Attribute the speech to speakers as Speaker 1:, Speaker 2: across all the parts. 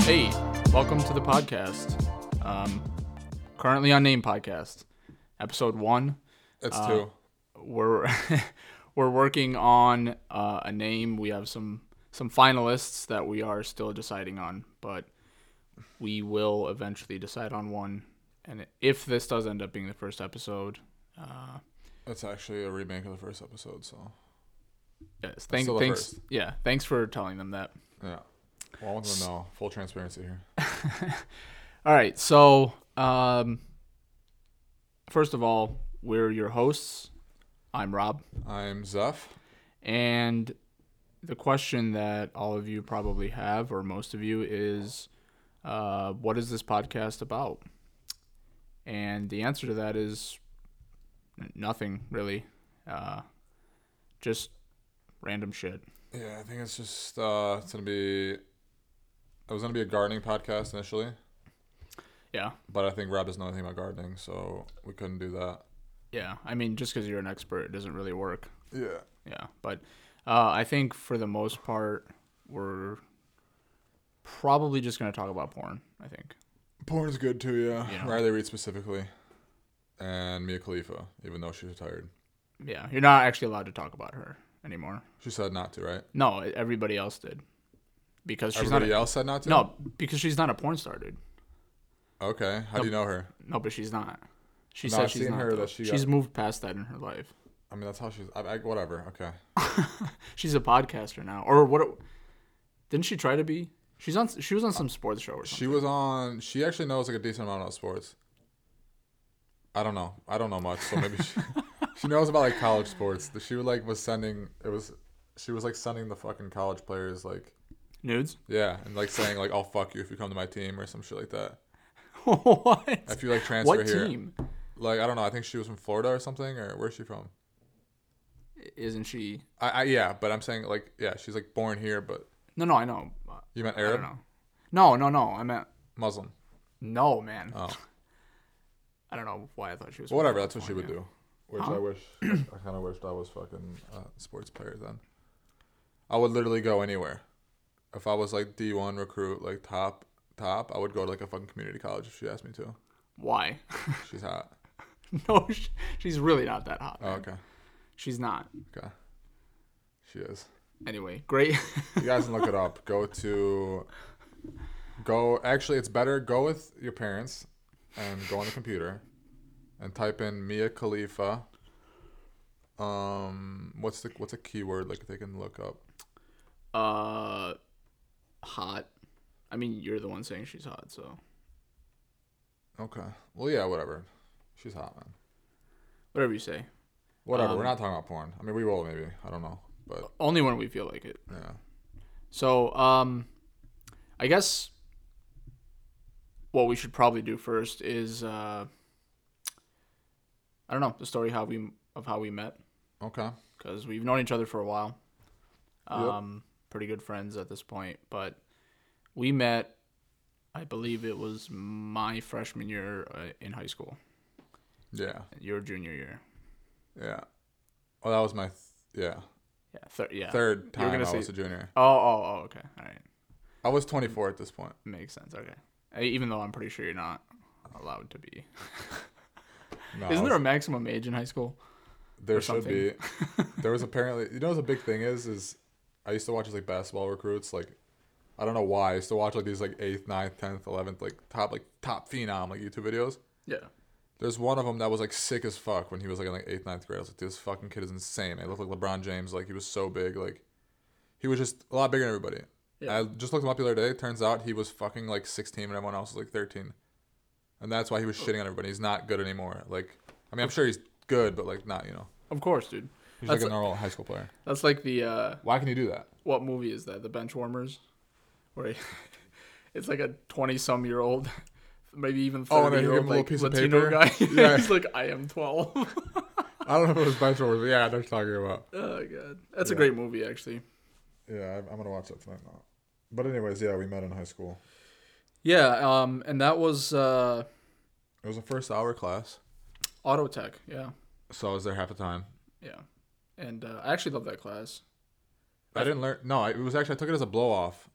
Speaker 1: Hey, welcome to the podcast. Um, currently unnamed podcast, episode one. Uh,
Speaker 2: That's two.
Speaker 1: We're we're working on uh, a name. We have some some finalists that we are still deciding on, but we will eventually decide on one. And if this does end up being the first episode, uh,
Speaker 2: That's actually a remake of the first episode. So
Speaker 1: yes, thank,
Speaker 2: still a
Speaker 1: thanks.
Speaker 2: first.
Speaker 1: Yeah, thanks for telling them that.
Speaker 2: yeah, well, I want them to know full transparency here.
Speaker 1: All right. So, um, first of all, we're your hosts. I'm Rob.
Speaker 2: I'm Zeph.
Speaker 1: And the question that all of you probably have, or most of you, is uh, what is this podcast about? And the answer to that is n- nothing, really. Uh, just random shit.
Speaker 2: Yeah, I think it's just uh, it's gonna be. It was gonna be a gardening podcast initially,
Speaker 1: Yeah.
Speaker 2: but I think Rob doesn't know anything about gardening, so we couldn't do that.
Speaker 1: Yeah. I mean, just because you're an expert, it doesn't really work.
Speaker 2: Yeah.
Speaker 1: Yeah, but uh, I think for the most part, we're probably just going to talk about porn. I think.
Speaker 2: Porn's good too, yeah.
Speaker 1: Yeah.
Speaker 2: Riley Reid specifically, and Mia Khalifa, even though she's retired,
Speaker 1: Yeah, you're not actually allowed to talk about her anymore.
Speaker 2: she said not to, right?
Speaker 1: No, e, everybody else did because she's
Speaker 2: Everybody
Speaker 1: not.
Speaker 2: else said not
Speaker 1: A,
Speaker 2: to.
Speaker 1: no, because she's not a porn star, dude.
Speaker 2: Okay. How do you know her?
Speaker 1: No, but she's not. She
Speaker 2: No,
Speaker 1: said
Speaker 2: I've
Speaker 1: she's
Speaker 2: seen
Speaker 1: not.
Speaker 2: her
Speaker 1: though.
Speaker 2: that she
Speaker 1: she's
Speaker 2: got-
Speaker 1: moved past that in her life.
Speaker 2: I mean, that's how she's. I, I, whatever. Okay.
Speaker 1: She's a podcaster now, or what? Didn't she try to be? She's on. She was on some sports show or something.
Speaker 2: She was on. She actually knows like a decent amount about sports. I don't know. I don't know much, so maybe she, she knows about like college sports. She like was sending. It was. She was like sending the fucking college players like
Speaker 1: Nudes.
Speaker 2: yeah, and like saying like I'll fuck you if you come to my team or some shit like that.
Speaker 1: what?
Speaker 2: If you like transfer
Speaker 1: What
Speaker 2: here,
Speaker 1: team?
Speaker 2: like I don't know. I think she was from Florida or something, or where's she from?
Speaker 1: Isn't she?
Speaker 2: I, I yeah, but I'm saying like yeah, she's like born here, but
Speaker 1: No, no, I know.
Speaker 2: you meant
Speaker 1: I
Speaker 2: Arab,
Speaker 1: don't know. No, no, no. I meant
Speaker 2: Muslim.
Speaker 1: no, man.
Speaker 2: Oh,
Speaker 1: I don't know why I thought she was.
Speaker 2: whatever. That's what she would
Speaker 1: California.
Speaker 2: do. Which
Speaker 1: Huh?
Speaker 2: I wish. I kind of wished I was fucking a sports player then. I would literally go anywhere. If I was like D one recruit, like top top, I would go to like a fucking community college if she asked me to.
Speaker 1: Why?
Speaker 2: She's hot.
Speaker 1: no, sh she's really not that hot.
Speaker 2: Oh,
Speaker 1: man.
Speaker 2: okay,
Speaker 1: She's not.
Speaker 2: okay. She is.
Speaker 1: Anyway, great.
Speaker 2: You guys can look it up. Go to. Go. Actually, it's better. Go with your parents, and go on the computer, and type in Mia Khalifa. Um, what's the what's a keyword like they can look up?
Speaker 1: uh, hot. I mean, you're the one saying she's hot, so
Speaker 2: Okay. Well, yeah, whatever. She's hot, man.
Speaker 1: whatever you say.
Speaker 2: Whatever.
Speaker 1: Um,
Speaker 2: We're not talking about porn. I mean, we will maybe. I don't know, but
Speaker 1: Only when we feel like it.
Speaker 2: yeah.
Speaker 1: So, um, I guess what we should probably do first is, uh, I don't know, the story how we of how we met.
Speaker 2: Okay.
Speaker 1: because we've known each other for a while.
Speaker 2: Yep.
Speaker 1: Um, Pretty good friends at this point. But we met, I believe it was my freshman year uh, in high school,
Speaker 2: Yeah.
Speaker 1: your junior year.
Speaker 2: Yeah. Oh, that was my th- yeah
Speaker 1: Yeah. Thir- yeah.
Speaker 2: third
Speaker 1: You were
Speaker 2: time
Speaker 1: gonna
Speaker 2: I
Speaker 1: say-
Speaker 2: was a junior.
Speaker 1: Oh, oh, oh, okay. All right.
Speaker 2: I was 24 at this point.
Speaker 1: Makes sense. Okay. Uh, Even though I'm pretty sure you're not allowed to be.
Speaker 2: No, Oh, I
Speaker 1: Isn't
Speaker 2: was-
Speaker 1: there a maximum age in high school?
Speaker 2: There
Speaker 1: or
Speaker 2: should be. there was apparently. You know, what the big thing is is I used to watch like basketball recruits. Like, I don't know why. I used to watch like these like eighth, ninth, tenth, eleventh, like top like top phenom like YouTube videos.
Speaker 1: Yeah.
Speaker 2: There's one of them that was like sick as fuck when he was like in like eighth, ninth grade. I was like, this fucking kid is insane. He looked like LeBron James. Like he was so big. Like he was just a lot bigger than everybody.
Speaker 1: Yeah.
Speaker 2: I just looked him up the other day. Turns out he was fucking like 16 and everyone else was like 13. And that's why he
Speaker 1: Oh.
Speaker 2: was shitting on everybody. He's not good anymore. Like, I mean, I'm sure he's good, but like not, you know.
Speaker 1: Of course, dude.
Speaker 2: He's
Speaker 1: That's
Speaker 2: like a normal high school player.
Speaker 1: That's like the uh,
Speaker 2: Why can you do that?
Speaker 1: what movie is that? The Benchwarmers, where he- it's like a twenty-some-year-old, maybe even
Speaker 2: Oh, and they
Speaker 1: thirty-year-old
Speaker 2: give him a little
Speaker 1: like
Speaker 2: piece of
Speaker 1: Latino
Speaker 2: paper?
Speaker 1: guy.
Speaker 2: Yeah.
Speaker 1: he's like, I am twelve.
Speaker 2: I don't know if it was Benchwarmers, but yeah, they're talking about.
Speaker 1: oh god, that's a
Speaker 2: Yeah.
Speaker 1: great movie, actually.
Speaker 2: Yeah, I'm, I'm gonna watch that tonight now. But anyways, yeah, we met in high school.
Speaker 1: Yeah, um, and that was uh,
Speaker 2: It was a first hour class,
Speaker 1: Auto Tech. Yeah,
Speaker 2: so I was there half the time.
Speaker 1: yeah, and uh, I actually love that class.
Speaker 2: I didn't learn. No, I- it was actually I took it as a blow off.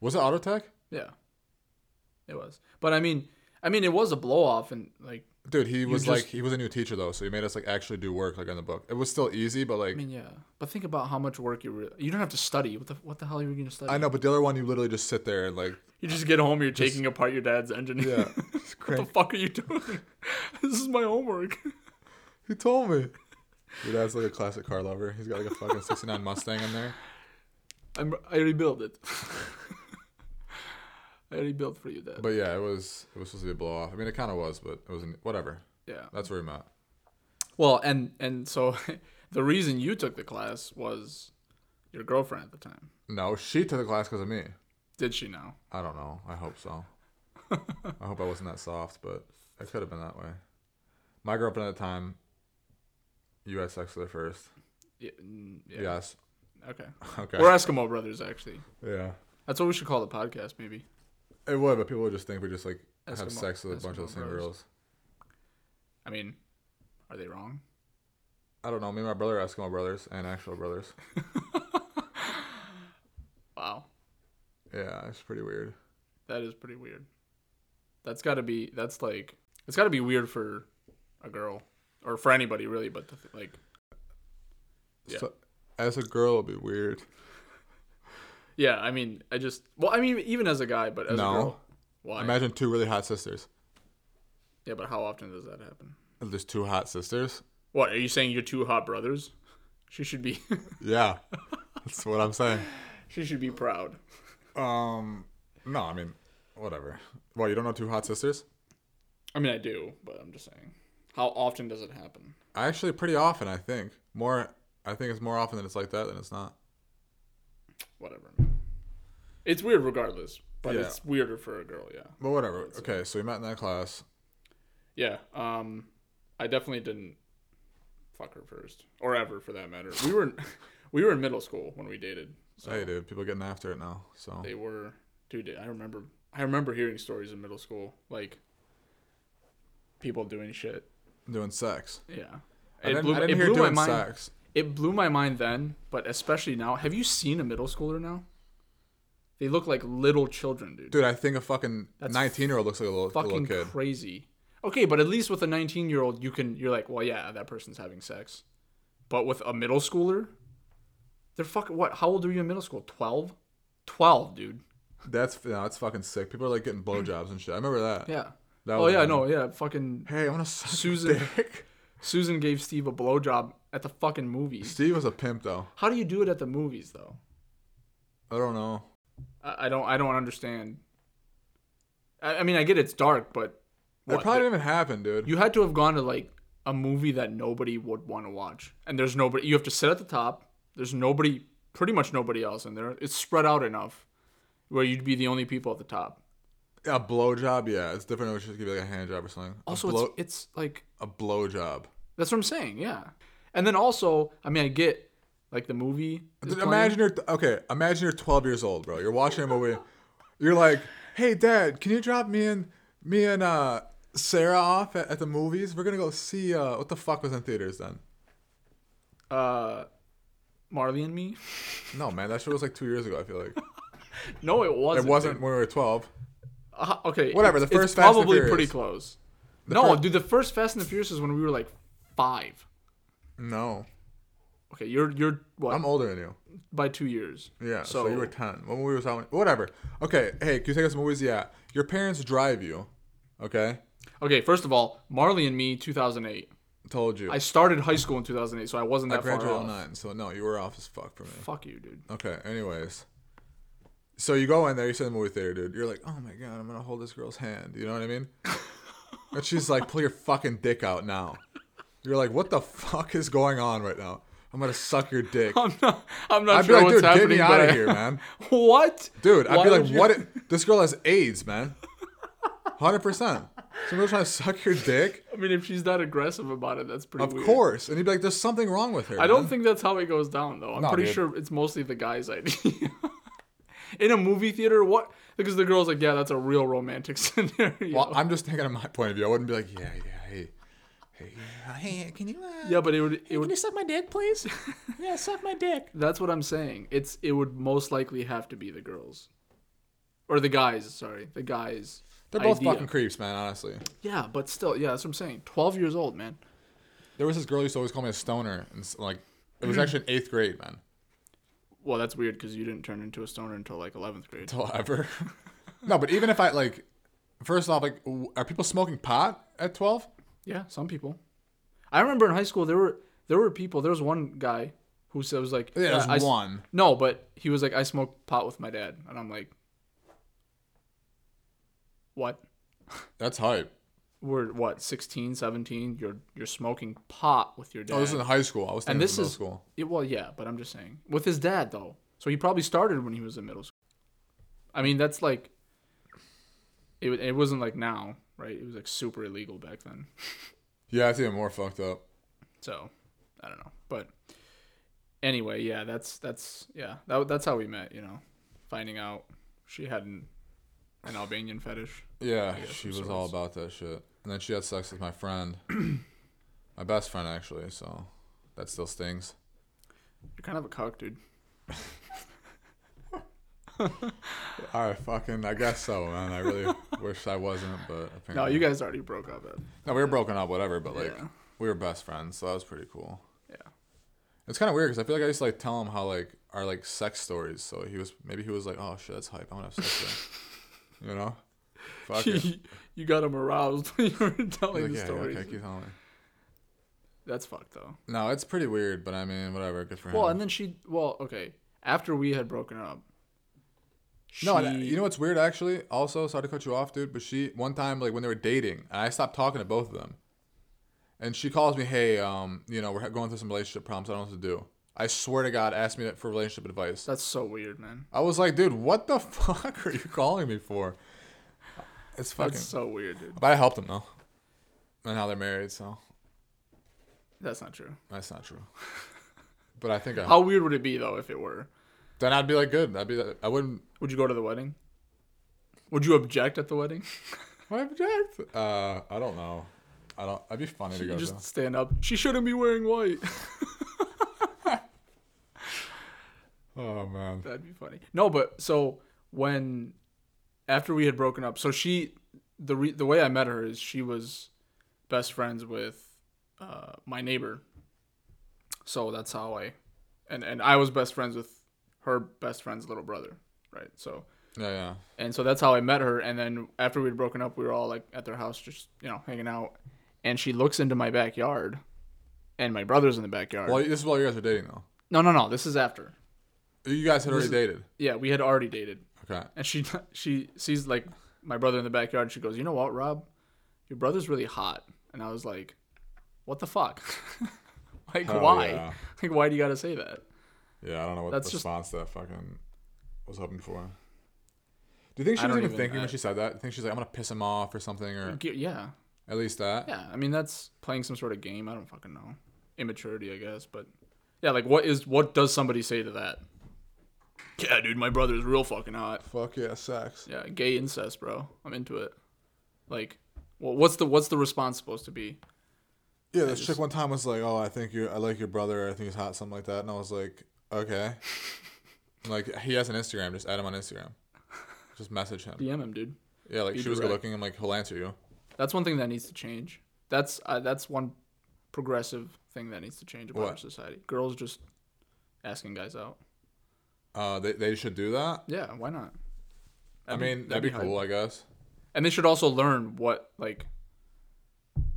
Speaker 2: Was it Autotech?
Speaker 1: Yeah, it was. But I mean, I mean, it was a blow off, and like,
Speaker 2: Dude, he was
Speaker 1: just-
Speaker 2: like he was a new teacher though, so he made us like actually do work like on the book. It was still easy, but like
Speaker 1: I mean, yeah. But think about how much work you really. You don't have to study. What the what the hell are you gonna study?
Speaker 2: I know, but the other one you literally just sit there and like
Speaker 1: You just get home, you're taking apart your dad's engine.
Speaker 2: yeah.
Speaker 1: what the fuck are you doing? this is my homework.
Speaker 2: He told me. Your dad's like a classic car lover. He's got like a fucking '69 Mustang in there.
Speaker 1: I'm, I rebuilt it. I rebuilt for you, Dad.
Speaker 2: But yeah, it was it was supposed to be a blow off. I mean, it kind of was, but it wasn't. Whatever.
Speaker 1: yeah.
Speaker 2: That's where I'm at.
Speaker 1: Well, and and so the reason you took the class was your girlfriend at the time.
Speaker 2: No, she took the class because of me.
Speaker 1: Did she know?
Speaker 2: I don't know. I hope so. I hope I wasn't that soft, but it could have been that way. My girlfriend at the time, you had sex with her first.
Speaker 1: Yeah. mm, yeah.
Speaker 2: Yes.
Speaker 1: Okay.
Speaker 2: Okay.
Speaker 1: We're Eskimo brothers, actually.
Speaker 2: yeah.
Speaker 1: That's what we should call the podcast, maybe.
Speaker 2: It would, but people would just think we just like
Speaker 1: Eskimo-
Speaker 2: have sex with a bunch of the
Speaker 1: Eskimo
Speaker 2: same
Speaker 1: bros.
Speaker 2: girls.
Speaker 1: I mean, are they wrong?
Speaker 2: I don't know. Me and my brother are Eskimo brothers and actual brothers.
Speaker 1: Wow,
Speaker 2: Yeah, it's pretty weird.
Speaker 1: that is pretty weird. That's got to be. That's like. It's got to be weird for a girl, or for anybody really. But the, th- like, Yeah.
Speaker 2: So, as a girl, it'd be weird.
Speaker 1: yeah. I mean, I just. Well, I mean, even as a guy, but as
Speaker 2: no.
Speaker 1: a girl, why?
Speaker 2: Imagine two really hot sisters.
Speaker 1: yeah, but how often does that happen?
Speaker 2: There's two hot sisters.
Speaker 1: What are you saying? You're two hot brothers. She should be.
Speaker 2: Yeah, that's what I'm saying.
Speaker 1: she should be proud.
Speaker 2: Um, no, I mean, whatever. Well, you don't know two hot sisters?
Speaker 1: I mean, I do, but I'm just saying. How often does it happen?
Speaker 2: Actually, pretty often, I think. More, I think it's more often that it's like that than it's not.
Speaker 1: Whatever. man. It's weird regardless, but
Speaker 2: Yeah.
Speaker 1: it's weirder for a girl. Yeah.
Speaker 2: But whatever. Okay, so we met in that class.
Speaker 1: Yeah. Um, I definitely didn't fuck her first, or ever for that matter. We were, we were in middle school when we dated. So
Speaker 2: Hey, dude, people getting after it now. So
Speaker 1: they were, dude. I remember, I remember hearing stories in middle school, like people doing shit.
Speaker 2: doing sex.
Speaker 1: Yeah.
Speaker 2: I didn't, I didn't hear doing sex.
Speaker 1: It blew my mind then, but especially now. Have you seen a middle schooler now? They look like little children, dude.
Speaker 2: Dude, I think a fucking 19 year old looks like a little,
Speaker 1: Fucking
Speaker 2: little kid.
Speaker 1: crazy. Okay, but at least with a 19-year-old, you can you're like, well, yeah, that person's having sex. But with a middle schooler, they're fucking what? How old are you in middle school? 12? 12, dude.
Speaker 2: That's no, that's fucking sick. People are like getting blowjobs and shit. I remember that.
Speaker 1: Yeah.
Speaker 2: That
Speaker 1: oh
Speaker 2: was
Speaker 1: yeah,
Speaker 2: when-
Speaker 1: no, yeah, fucking
Speaker 2: Hey, I want to suck Susan.
Speaker 1: Susan Susan gave Steve a blowjob at the fucking movies.
Speaker 2: Steve was a pimp though.
Speaker 1: How do you do it at the movies though?
Speaker 2: I don't know.
Speaker 1: I I don't I don't understand. I, I mean, I get it's dark, but
Speaker 2: It
Speaker 1: what?
Speaker 2: probably didn't even happen, dude.
Speaker 1: you had to have gone to like a movie that nobody would want to watch, and there's nobody. You have to sit at the top. There's nobody, pretty much nobody else in there. It's spread out enough where you'd be the only people at the top.
Speaker 2: a blowjob, yeah, it's different. It would just give you like a hand job or something.
Speaker 1: Also,
Speaker 2: a, blow,
Speaker 1: it's it's like
Speaker 2: a blowjob.
Speaker 1: that's what I'm saying. Yeah, and then also, I mean, I get like the movie. is
Speaker 2: Dude,
Speaker 1: playing.
Speaker 2: Imagine you're okay. Imagine you're 12 years old, bro. You're watching a movie. You're like, hey, dad, can you drop me and me and uh, Sarah off at, at the movies? We're gonna go see uh, what the fuck was in theaters then.
Speaker 1: uh, Marley and Me.
Speaker 2: No, man, that shit was like two years ago. I feel like
Speaker 1: No, it wasn't.
Speaker 2: it wasn't when we were 12.
Speaker 1: Uh, okay.
Speaker 2: Whatever, the
Speaker 1: it's- it's
Speaker 2: first Fast and
Speaker 1: probably
Speaker 2: Furious.
Speaker 1: pretty close. no,
Speaker 2: fir-
Speaker 1: dude, the first Fast and the Furious is when we were like five.
Speaker 2: No,
Speaker 1: Okay, you're you're what
Speaker 2: I'm older than you.
Speaker 1: by two years.
Speaker 2: Yeah, so,
Speaker 1: So,
Speaker 2: you were 10. When we were talking, whatever. Okay, hey, can you take us to movies? Yeah. Your parents drive you, okay?
Speaker 1: okay, first of all, Marley and Me, 2008.
Speaker 2: Told you.
Speaker 1: I started high school in 2008, so I wasn't that far
Speaker 2: graduated
Speaker 1: off.
Speaker 2: in 09, so no, you were off as fuck for me.
Speaker 1: Fuck you, dude.
Speaker 2: Okay, anyways. So you go in there, you sit in the movie theater, dude. You're like, oh my god, I'm gonna hold this girl's hand. You know what I mean? and she's like, pull your fucking dick out now. You're like, what the fuck is going on right now? I'm gonna suck your dick.
Speaker 1: I'm not. I'm not
Speaker 2: I'd be
Speaker 1: sure
Speaker 2: like,
Speaker 1: what's
Speaker 2: dude,
Speaker 1: happening.
Speaker 2: get me out
Speaker 1: but
Speaker 2: of
Speaker 1: I-
Speaker 2: here, man.
Speaker 1: What,
Speaker 2: Dude, I'd
Speaker 1: Why
Speaker 2: be like,
Speaker 1: would you-
Speaker 2: what? i- this girl has AIDS, man. Hundred percent. Some girl trying to suck your dick.
Speaker 1: I mean, if she's that aggressive about it, that's pretty.
Speaker 2: Of
Speaker 1: weird.
Speaker 2: course, and you'd be like, there's something wrong with her.
Speaker 1: I don't think that's how it goes down, though. I'm
Speaker 2: No,
Speaker 1: pretty
Speaker 2: dude.
Speaker 1: sure it's mostly the guy's idea. in a movie theater, what? Because the girl's like, yeah, that's a real romantic scenario.
Speaker 2: Well, I'm just thinking of my point of view. I wouldn't be like, yeah, yeah, hey, hey, uh, hey, can you? Uh,
Speaker 1: yeah, but it would. It would.
Speaker 2: suck my dick, please? yeah, suck my dick.
Speaker 1: That's what I'm saying. It's it would most likely have to be the girls. or the guys. Sorry, the guys.
Speaker 2: They're both
Speaker 1: idea.
Speaker 2: fucking creeps, man. Honestly,
Speaker 1: Yeah, but still, yeah, that's what I'm saying. Twelve years old, man.
Speaker 2: there was this girl who used to always call me a stoner, and s- like it was actually in eighth grade, man.
Speaker 1: Well, that's weird because you didn't turn into a stoner until like eleventh grade.
Speaker 2: Till ever. no, but even if I like, first off, like, w- are people smoking pot at twelve?
Speaker 1: Yeah, some people. I remember in high school there were there were people. There was one guy who said was like,
Speaker 2: Yeah,
Speaker 1: I s-
Speaker 2: there's one.
Speaker 1: No, but he was like, I smoked pot with my dad, and I'm like, what?
Speaker 2: That's hype.
Speaker 1: We're what 16, 17? You're you're smoking pot with your dad.
Speaker 2: Oh, this is in high school. I was. thinking
Speaker 1: and
Speaker 2: this
Speaker 1: this
Speaker 2: middle
Speaker 1: is
Speaker 2: school.
Speaker 1: Yeah, well, yeah, but I'm just saying with his dad though. So he probably started when he was in middle school. I mean, that's like it. wa- It wasn't like now, right? It was like super illegal back then.
Speaker 2: Yeah, it's even more fucked up.
Speaker 1: So I don't know, but anyway, yeah, that's that's yeah, that, that's how we met. You know, finding out she had an, an Albanian fetish.
Speaker 2: Yeah,
Speaker 1: guess
Speaker 2: she
Speaker 1: of
Speaker 2: was all
Speaker 1: sorts.
Speaker 2: about that shit. And then she had sex with my friend, my best friend actually. So that still stings.
Speaker 1: You're kind of a cock, dude.
Speaker 2: All right, fucking. I guess so, man. I really wish I wasn't, but apparently.
Speaker 1: No, you guys already broke up. Ed.
Speaker 2: No, we were broken up, whatever. But like,
Speaker 1: Yeah.
Speaker 2: we were best friends, so that was pretty cool.
Speaker 1: Yeah.
Speaker 2: It's kind of weird because I feel like I used to like tell him how like our like sex stories. So he was maybe he was like, oh shit, that's hype. I want to have sex. with her." you know. Fuck it.
Speaker 1: you, you got him aroused when you were telling
Speaker 2: Like,
Speaker 1: the
Speaker 2: yeah,
Speaker 1: stories.
Speaker 2: okay, keep telling me.
Speaker 1: That's fucked though.
Speaker 2: No, it's pretty weird, but I mean, whatever. Good for
Speaker 1: Well,
Speaker 2: him.
Speaker 1: and then she. Well, okay. After we had broken up.
Speaker 2: No,
Speaker 1: she-
Speaker 2: and uh, you know what's weird actually? Also, sorry to cut you off, dude, but she one time like when they were dating, and I stopped talking to both of them. And she calls me, "Hey, um, you know, we're going through some relationship problems. I don't know what to do." I swear to God, asked me that for relationship advice.
Speaker 1: That's so weird, man.
Speaker 2: I was like, "Dude, what the fuck are you calling me for?" It's fucking.
Speaker 1: That's so weird, dude.
Speaker 2: But I helped them though. And now they're married, so
Speaker 1: That's not true.
Speaker 2: that's not true. But I think I.
Speaker 1: How weird would it be though if it were?
Speaker 2: Then I'd be like, "Good." I'd be. I wouldn't.
Speaker 1: Would you go to the wedding? Would you object at the wedding?
Speaker 2: Why object? Uh, I don't know. I don't. I'd be funny to
Speaker 1: you
Speaker 2: go.
Speaker 1: just
Speaker 2: to.
Speaker 1: stand up. She shouldn't be wearing white.
Speaker 2: Oh man.
Speaker 1: That'd be funny. No, but so when after we had broken up, so she the re, the way I met her is she was best friends with uh, my neighbor. So that's how I and and I was best friends with her best friend's little brother, right? So
Speaker 2: Yeah, yeah.
Speaker 1: and so that's how I met her. And then after we'd broken up, we were all like at their house, just you know, hanging out. And she looks into my backyard, and my brother's in the backyard.
Speaker 2: Well, this is while you guys are dating, though.
Speaker 1: No, no, no. This is after.
Speaker 2: You guys had already dated.
Speaker 1: Yeah, we had already dated.
Speaker 2: Okay.
Speaker 1: And she she sees like my brother in the backyard. And she goes, "You know what, Rob? Your brother's really hot." And I was like, "What the fuck? like
Speaker 2: Hell
Speaker 1: why?
Speaker 2: yeah.
Speaker 1: Like why do you got to say that?"
Speaker 2: Yeah, I don't know what
Speaker 1: That's just-
Speaker 2: response that fucking was hoping for. Do you think she
Speaker 1: I
Speaker 2: was
Speaker 1: don't
Speaker 2: even,
Speaker 1: even-
Speaker 2: thinking
Speaker 1: I-
Speaker 2: when she said that? Do you think she's like, I'm gonna piss him off or something, or
Speaker 1: Ge- Yeah,
Speaker 2: at least that?
Speaker 1: yeah. I mean, that's playing some sort of game. I don't fucking know. Immaturity, I guess. But yeah, like what is what does somebody say to that? Yeah, dude, my brother's real fucking hot.
Speaker 2: Fuck yeah, sex.
Speaker 1: Yeah, gay incest, bro. I'm into it. Like, wha- what's the what's the response supposed to be?
Speaker 2: Yeah, this chick one time was like, "Oh, I think you, I like your brother. I think he's hot, something like that," and I was like, "Okay." like he has an Instagram. Just add him on Instagram. Just message him.
Speaker 1: DM him, dude.
Speaker 2: Yeah, like she was good
Speaker 1: direct.
Speaker 2: looking. I'm like, he'll answer you.
Speaker 1: That's one thing that needs to change. That's uh, that's one progressive thing that needs to change about our
Speaker 2: What?
Speaker 1: society. Girls just asking guys out.
Speaker 2: Uh, they they should do that.
Speaker 1: Yeah, why not?
Speaker 2: I mean, that'd, be, cool,
Speaker 1: hype.
Speaker 2: I guess.
Speaker 1: And they should also learn what like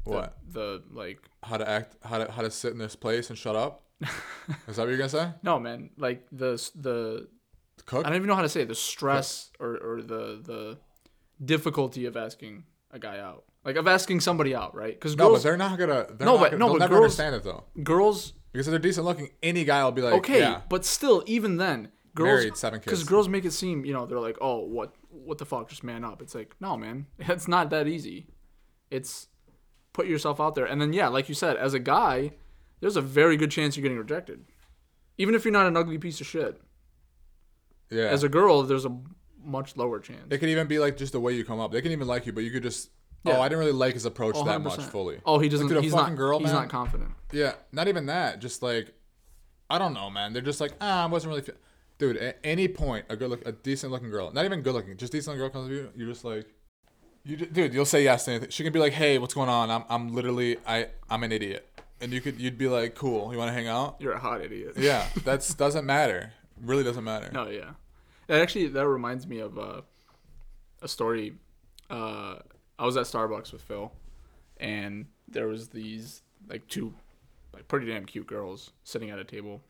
Speaker 1: the,
Speaker 2: What?
Speaker 1: the like
Speaker 2: how to act, how to how to sit in this place and shut up. Is that what you're gonna say?
Speaker 1: no man like the s- the
Speaker 2: Cook?
Speaker 1: I don't even know how to say it, the stress or or the the difficulty of asking a guy out like of asking somebody out right because
Speaker 2: no, but
Speaker 1: girls
Speaker 2: they're not gonna. They're
Speaker 1: No,
Speaker 2: not
Speaker 1: but-
Speaker 2: gonna,
Speaker 1: no,
Speaker 2: they'll
Speaker 1: but
Speaker 2: never
Speaker 1: girls-
Speaker 2: understand it though
Speaker 1: girls
Speaker 2: because if they're decent looking, any guy will be like,
Speaker 1: okay,
Speaker 2: yeah.
Speaker 1: but still, even then, girls
Speaker 2: Married, seven
Speaker 1: Because
Speaker 2: kids.
Speaker 1: girls make it seem, you know, they're like, oh, what, what the fuck, just man up. It's like, no, man, it's not that easy. It's put yourself out there, and then yeah, like you said, as a guy, there's a very good chance you're getting rejected, even if you're not an ugly piece of shit.
Speaker 2: Yeah.
Speaker 1: As a girl, there's a much lower chance.
Speaker 2: it could even be like just the way you come up. They can even like you, but you could just.
Speaker 1: Yeah.
Speaker 2: Oh, I didn't really like his approach
Speaker 1: Oh,
Speaker 2: that much
Speaker 1: 100%.
Speaker 2: fully.
Speaker 1: Oh, he doesn't.
Speaker 2: Like, dude, a
Speaker 1: he's
Speaker 2: fucking
Speaker 1: not.
Speaker 2: girl,
Speaker 1: he's
Speaker 2: man.
Speaker 1: not confident.
Speaker 2: Yeah, not even that. Just like, I don't know, man. They're just like, ah, I wasn't really. Fe-. dude. At any point, a good look, a decent looking girl, not even good looking, just decent girl comes to you. You're just like, you, ju- dude. You'll say yes to anything. She can be like, hey, what's going on? I'm, I'm literally, I, I'm an idiot. And you could, you'd be like, cool. You want to hang out?
Speaker 1: You're a hot idiot.
Speaker 2: Yeah, that's doesn't matter. Really doesn't matter.
Speaker 1: No, Oh, yeah. That actually that reminds me of uh, a story. Uh, I was at Starbucks with Phil, and there was these like two like pretty damn cute girls sitting at a table,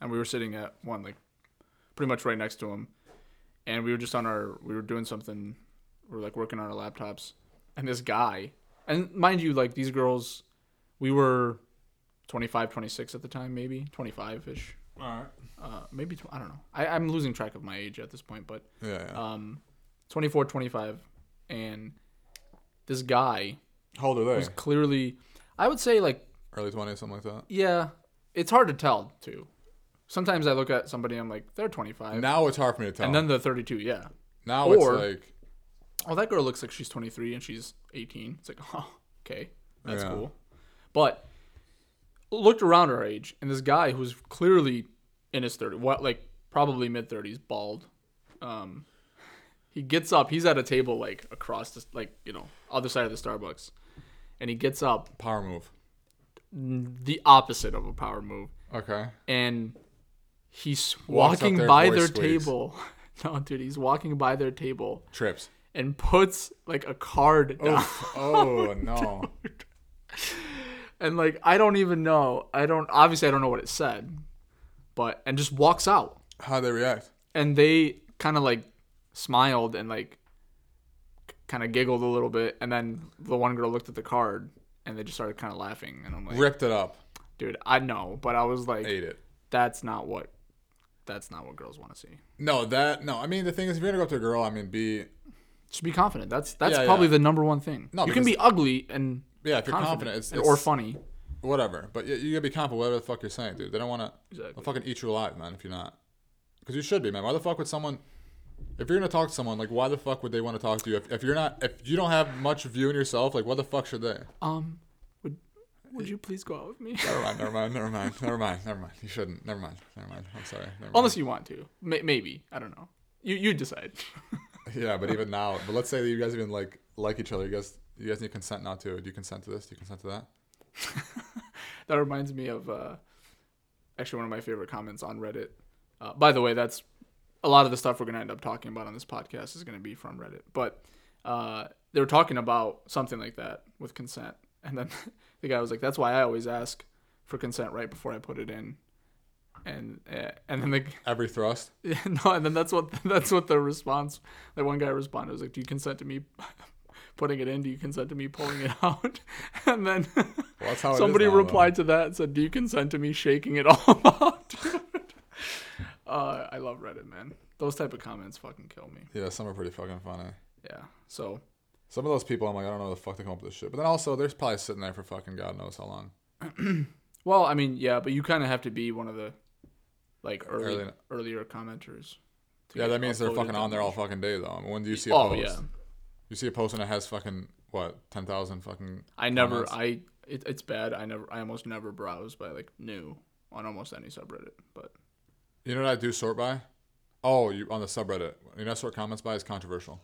Speaker 1: and we were sitting at one like pretty much right next to him, and we were just on our we were doing something, we were like working on our laptops, and this guy, and mind you, like these girls, we were 25, 26 at the time, maybe 25 ish,
Speaker 2: All right.
Speaker 1: uh, maybe tw- I don't know. I, I'm losing track of my age at this point, but
Speaker 2: Yeah. yeah.
Speaker 1: um, 24, 25, and this guy
Speaker 2: How old are they?
Speaker 1: was clearly, I would say like,
Speaker 2: Early twenties, something like that.
Speaker 1: yeah, it's hard to tell too. Sometimes I look at somebody, I'm like, they're 25,
Speaker 2: Now it's hard for me to tell.
Speaker 1: and then they're 32. Yeah.
Speaker 2: now
Speaker 1: or-
Speaker 2: it's like,
Speaker 1: Oh, that girl looks like she's 23 and she's 18. It's like, oh, okay, that's
Speaker 2: Yeah.
Speaker 1: cool. But looked around her age, and this guy who's clearly in his 30s, what like probably mid 30s, bald. Um, he gets up. He's at a table like across the like you know other side of the Starbucks, and he gets up.
Speaker 2: power move.
Speaker 1: The opposite of a power move,
Speaker 2: Okay.
Speaker 1: and he's
Speaker 2: Walks up
Speaker 1: walking
Speaker 2: there,
Speaker 1: by
Speaker 2: boy
Speaker 1: their
Speaker 2: squeeze.
Speaker 1: table. No, dude, he's walking by their table
Speaker 2: Trips.
Speaker 1: and puts like a card down.
Speaker 2: Oh no.
Speaker 1: and like I don't even know. I don't obviously I don't know what it said, but and just walks out.
Speaker 2: How they react?
Speaker 1: And they kind of like smiled and like kind of giggled a little bit, and then the one girl looked at the card and they just started kind of laughing. And I'm like,
Speaker 2: Ripped it up.
Speaker 1: dude, I know, but I was like,
Speaker 2: Ate it.
Speaker 1: that's not what that's not what girls want to see.
Speaker 2: No, that no. I mean, the thing is, if you're gonna go up to a girl, I mean, be
Speaker 1: Just be confident. That's that's
Speaker 2: Yeah,
Speaker 1: probably
Speaker 2: yeah.
Speaker 1: the number one thing.
Speaker 2: No,
Speaker 1: you can
Speaker 2: because-
Speaker 1: be ugly and
Speaker 2: yeah. If you're confident, it's,
Speaker 1: and-
Speaker 2: it's
Speaker 1: or funny.
Speaker 2: whatever. But you, you gotta be confident, whatever the fuck you're saying, dude. They don't wanna
Speaker 1: Exactly.
Speaker 2: they'll fucking eat you alive, man. If you're not, because you should be, man. Why the fuck would someone? If you're gonna talk to someone, like, why the fuck would they want to talk to you? If, if you're not, if you don't have much view in yourself, like, what the fuck should they?
Speaker 1: Um, would would you please go out with me?
Speaker 2: Never mind, never mind, never mind, never mind, never mind. You shouldn't. Never mind, never mind. I'm sorry. Never
Speaker 1: Unless you want to. May maybe. I don't know. You you decide.
Speaker 2: mind. Yeah, but even now, but let's say that you guys even like like each other. You guys, you guys need consent now too. Do you consent to this? Do you consent to that?
Speaker 1: that reminds me of uh, actually one of my favorite comments on Reddit. Uh, by the way, that's a lot of the stuff we're going to end up talking about on this podcast is going to be from Reddit. But uh, they were talking about something like that with consent. And then the guy was like, that's why I always ask for consent right before I put it in. And uh, and then the
Speaker 2: Every thrust.
Speaker 1: no, and then that's what that's what the response. Like one guy responded was like, "Do you consent to me putting it in? Do you consent to me pulling it out?" And then
Speaker 2: Well, that's how Oh, it is
Speaker 1: somebody
Speaker 2: now, though.
Speaker 1: replied to that and said, "Do you consent to me shaking it all out?" uh, I love Reddit, man. Those type of comments fucking kill me.
Speaker 2: Yeah, some are pretty fucking funny.
Speaker 1: Yeah. So
Speaker 2: Some of those people, I'm like, I don't know how the fuck they come up with this shit. But then also, they're probably sitting there for fucking God knows how long.
Speaker 1: well, I mean, yeah, but you kind of have to be one of the like early,
Speaker 2: Early-
Speaker 1: earlier commenters. to
Speaker 2: Yeah,
Speaker 1: get
Speaker 2: that means they're
Speaker 1: uploaded
Speaker 2: fucking
Speaker 1: to
Speaker 2: on there all
Speaker 1: the-
Speaker 2: fucking day though. I mean, when do you see a
Speaker 1: Oh
Speaker 2: post?
Speaker 1: yeah.
Speaker 2: You see a post and it has fucking what ten thousand fucking.
Speaker 1: I never,
Speaker 2: comments?
Speaker 1: I it, it's bad. I never, I almost never browse by like new on almost any subreddit. But
Speaker 2: You know what I do sort by? Oh, you on the subreddit. You know, what I sort comments by is controversial.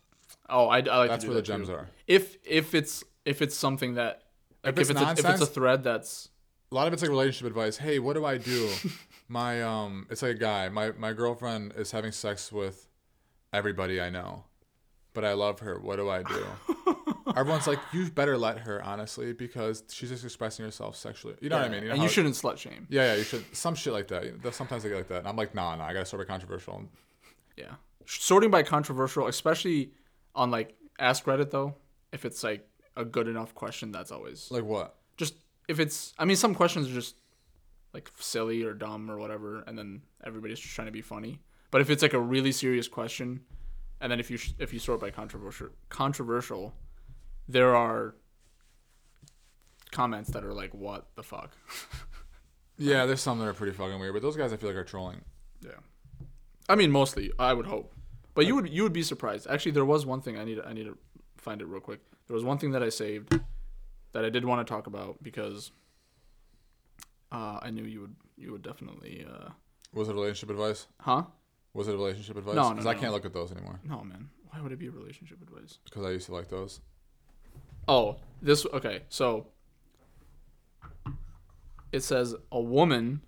Speaker 1: oh, I, I like
Speaker 2: That's
Speaker 1: to do
Speaker 2: where the
Speaker 1: that
Speaker 2: gems
Speaker 1: too.
Speaker 2: are.
Speaker 1: If if it's if it's something that like if
Speaker 2: it's
Speaker 1: it's, a, if it's a
Speaker 2: nonsense-
Speaker 1: thread that's
Speaker 2: a lot of it's like relationship advice. Hey, what do I do? my um, it's like a guy. My my girlfriend is having sex with everybody I know, but I love her. What do I do? Everyone's like, you better let her, honestly, because she's just expressing herself sexually. You know what I mean? know
Speaker 1: and you
Speaker 2: how-
Speaker 1: shouldn't slut shame.
Speaker 2: Yeah, yeah, you should. Some shit like that. There's Sometimes I get like that, and I'm like, nah, nah. I gotta sort of controversial.
Speaker 1: Yeah, sorting by controversial, especially on like Ask Reddit though. If it's like a good enough question, that's always
Speaker 2: Like what?
Speaker 1: just if it's. I mean, some questions are just like silly or dumb or whatever, and then everybody's just trying to be funny. But if it's like a really serious question, and then if you sh- if you sort by controversial controversial, there are comments that are like, "What the fuck?"
Speaker 2: Yeah, there's some that are pretty fucking weird, but those guys I feel like are trolling.
Speaker 1: Yeah, I mean, mostly I would hope, but you would you would be surprised. Actually, there was one thing I need to- I need to find it real quick. There was one thing that I saved that I did want to talk about because uh, I knew you would you would definitely. Uh,
Speaker 2: Was it relationship advice?
Speaker 1: Huh?
Speaker 2: Was it relationship advice?
Speaker 1: No, no,
Speaker 2: 'Cause I
Speaker 1: no.
Speaker 2: can't look at those anymore
Speaker 1: No, man. Why would it be relationship advice?
Speaker 2: because I used to like those.
Speaker 1: Oh, this okay. So it says a woman.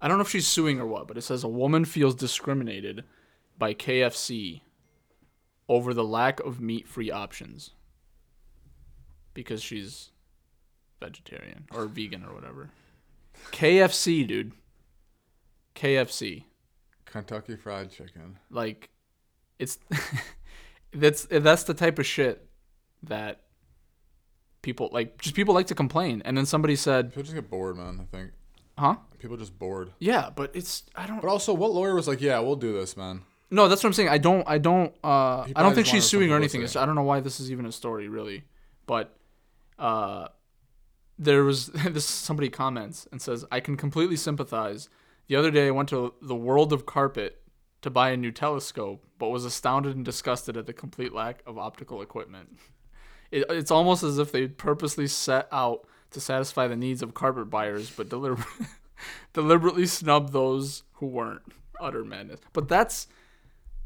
Speaker 1: I don't know if she's suing or what, but it says a woman feels discriminated by KFC over the lack of meat-free options because she's vegetarian or vegan or whatever. KFC, dude. KFC.
Speaker 2: Kentucky Fried Chicken.
Speaker 1: like it's that's that's the type of shit that people like just people like to complain and then somebody said
Speaker 2: People just get bored, man. I think
Speaker 1: huh
Speaker 2: people just bored.
Speaker 1: yeah but it's i don't
Speaker 2: But also, what lawyer was like, "Yeah, we'll do this, man."
Speaker 1: no that's what i'm saying i don't i don't uh i don't
Speaker 2: probably
Speaker 1: think
Speaker 2: just
Speaker 1: she's
Speaker 2: wanted some
Speaker 1: suing or anything it's,
Speaker 2: publicity.
Speaker 1: i don't know why this is even a story really but uh there was this somebody comments and says i can completely sympathize the other day i went to the world of carpet to buy a new telescope but was astounded and disgusted at the complete lack of optical equipment It, it's almost as if they purposely set out to satisfy the needs of carpet buyers, but deliber- deliberately snub those who weren't. Utter madness. But that's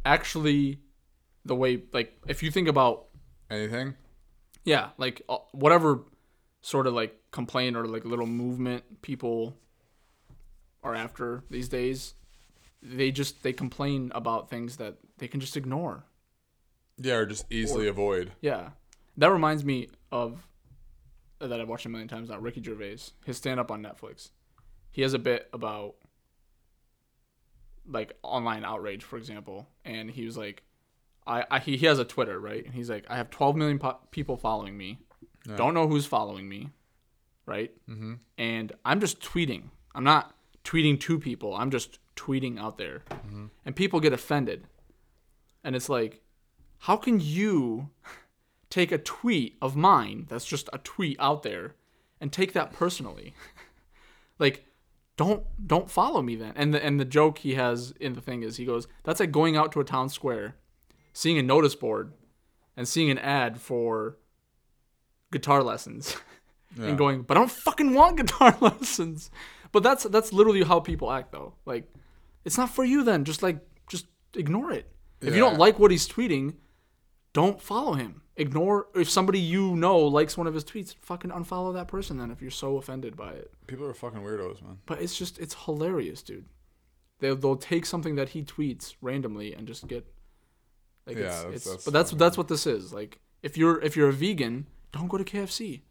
Speaker 1: actually the way. Like, if you think about
Speaker 2: Anything?
Speaker 1: yeah, like uh, whatever sort of like complaint or like little movement people are after these days, they just they complain about things that they can just ignore.
Speaker 2: Yeah, or just easily avoid.
Speaker 1: Yeah. That reminds me of that I've watched a million times now, Ricky Gervais, his stand up on Netflix. He has a bit about like online outrage, for example, and he was like I, I he, he has a Twitter, right? And he's like I have 12 million po- people following me. Don't know who's following me, right? Mm-hmm. And I'm just tweeting. I'm not tweeting to people. I'm just tweeting out there. And people get offended. And it's like how can you take a tweet of mine that's just a tweet out there and take that personally like don't don't follow me then and the, and the joke he has in the thing is he goes that's like going out to a town square seeing a notice board and seeing an ad for guitar lessons
Speaker 2: Yeah.
Speaker 1: and going but i don't fucking want guitar lessons but that's that's literally how people act though like it's not for you then just like just ignore it if you
Speaker 2: Yeah.
Speaker 1: don't like what he's tweeting don't follow him. Ignore if somebody you know likes one of his tweets, fucking unfollow that person then if you're so offended by it.
Speaker 2: People are fucking weirdos, man.
Speaker 1: But it's just it's hilarious, dude. They they'll take something that he tweets randomly and just get like
Speaker 2: Yeah,
Speaker 1: it's,
Speaker 2: that's-
Speaker 1: it's
Speaker 2: that's
Speaker 1: but that's
Speaker 2: so
Speaker 1: that's what this is. Like if you're if you're a vegan, don't go to KFC.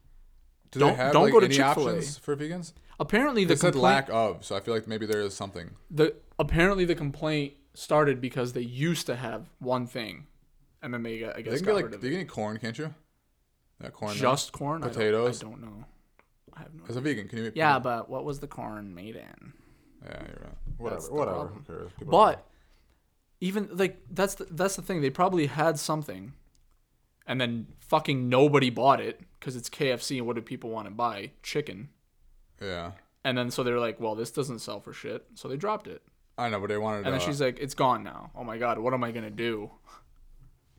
Speaker 2: Do
Speaker 1: Don't-
Speaker 2: they have
Speaker 1: don't
Speaker 2: like,
Speaker 1: go to
Speaker 2: any
Speaker 1: Chick-fil-A.
Speaker 2: options for vegans?
Speaker 1: Apparently the
Speaker 2: They said
Speaker 1: complaint-
Speaker 2: lack of, so I feel like maybe there is something.
Speaker 1: the apparently the complaint started because they used to have one thing. And then they got- I guess
Speaker 2: They can
Speaker 1: got
Speaker 2: get like,
Speaker 1: rid of
Speaker 2: you
Speaker 1: it.
Speaker 2: can get corn, can't you? That corn. now?
Speaker 1: just corn. I don't-
Speaker 2: potatoes?
Speaker 1: I don't, know. I have no
Speaker 2: As a vegan, can you? Eat
Speaker 1: Yeah,
Speaker 2: potato-
Speaker 1: but what was the corn made in?
Speaker 2: Yeah, you're right. Whatever.
Speaker 1: the
Speaker 2: whatever.
Speaker 1: problem.
Speaker 2: Who cares? People
Speaker 1: But even like that's the, that's the thing. They probably had something, and then fucking nobody bought it because it's KFC. And what do people want to buy? Chicken.
Speaker 2: Yeah.
Speaker 1: And then so they're like, well, this doesn't sell for shit. So they dropped it.
Speaker 2: I know, but they wanted
Speaker 1: And
Speaker 2: to
Speaker 1: then she's like, it's gone now. Oh my god, what am I gonna do?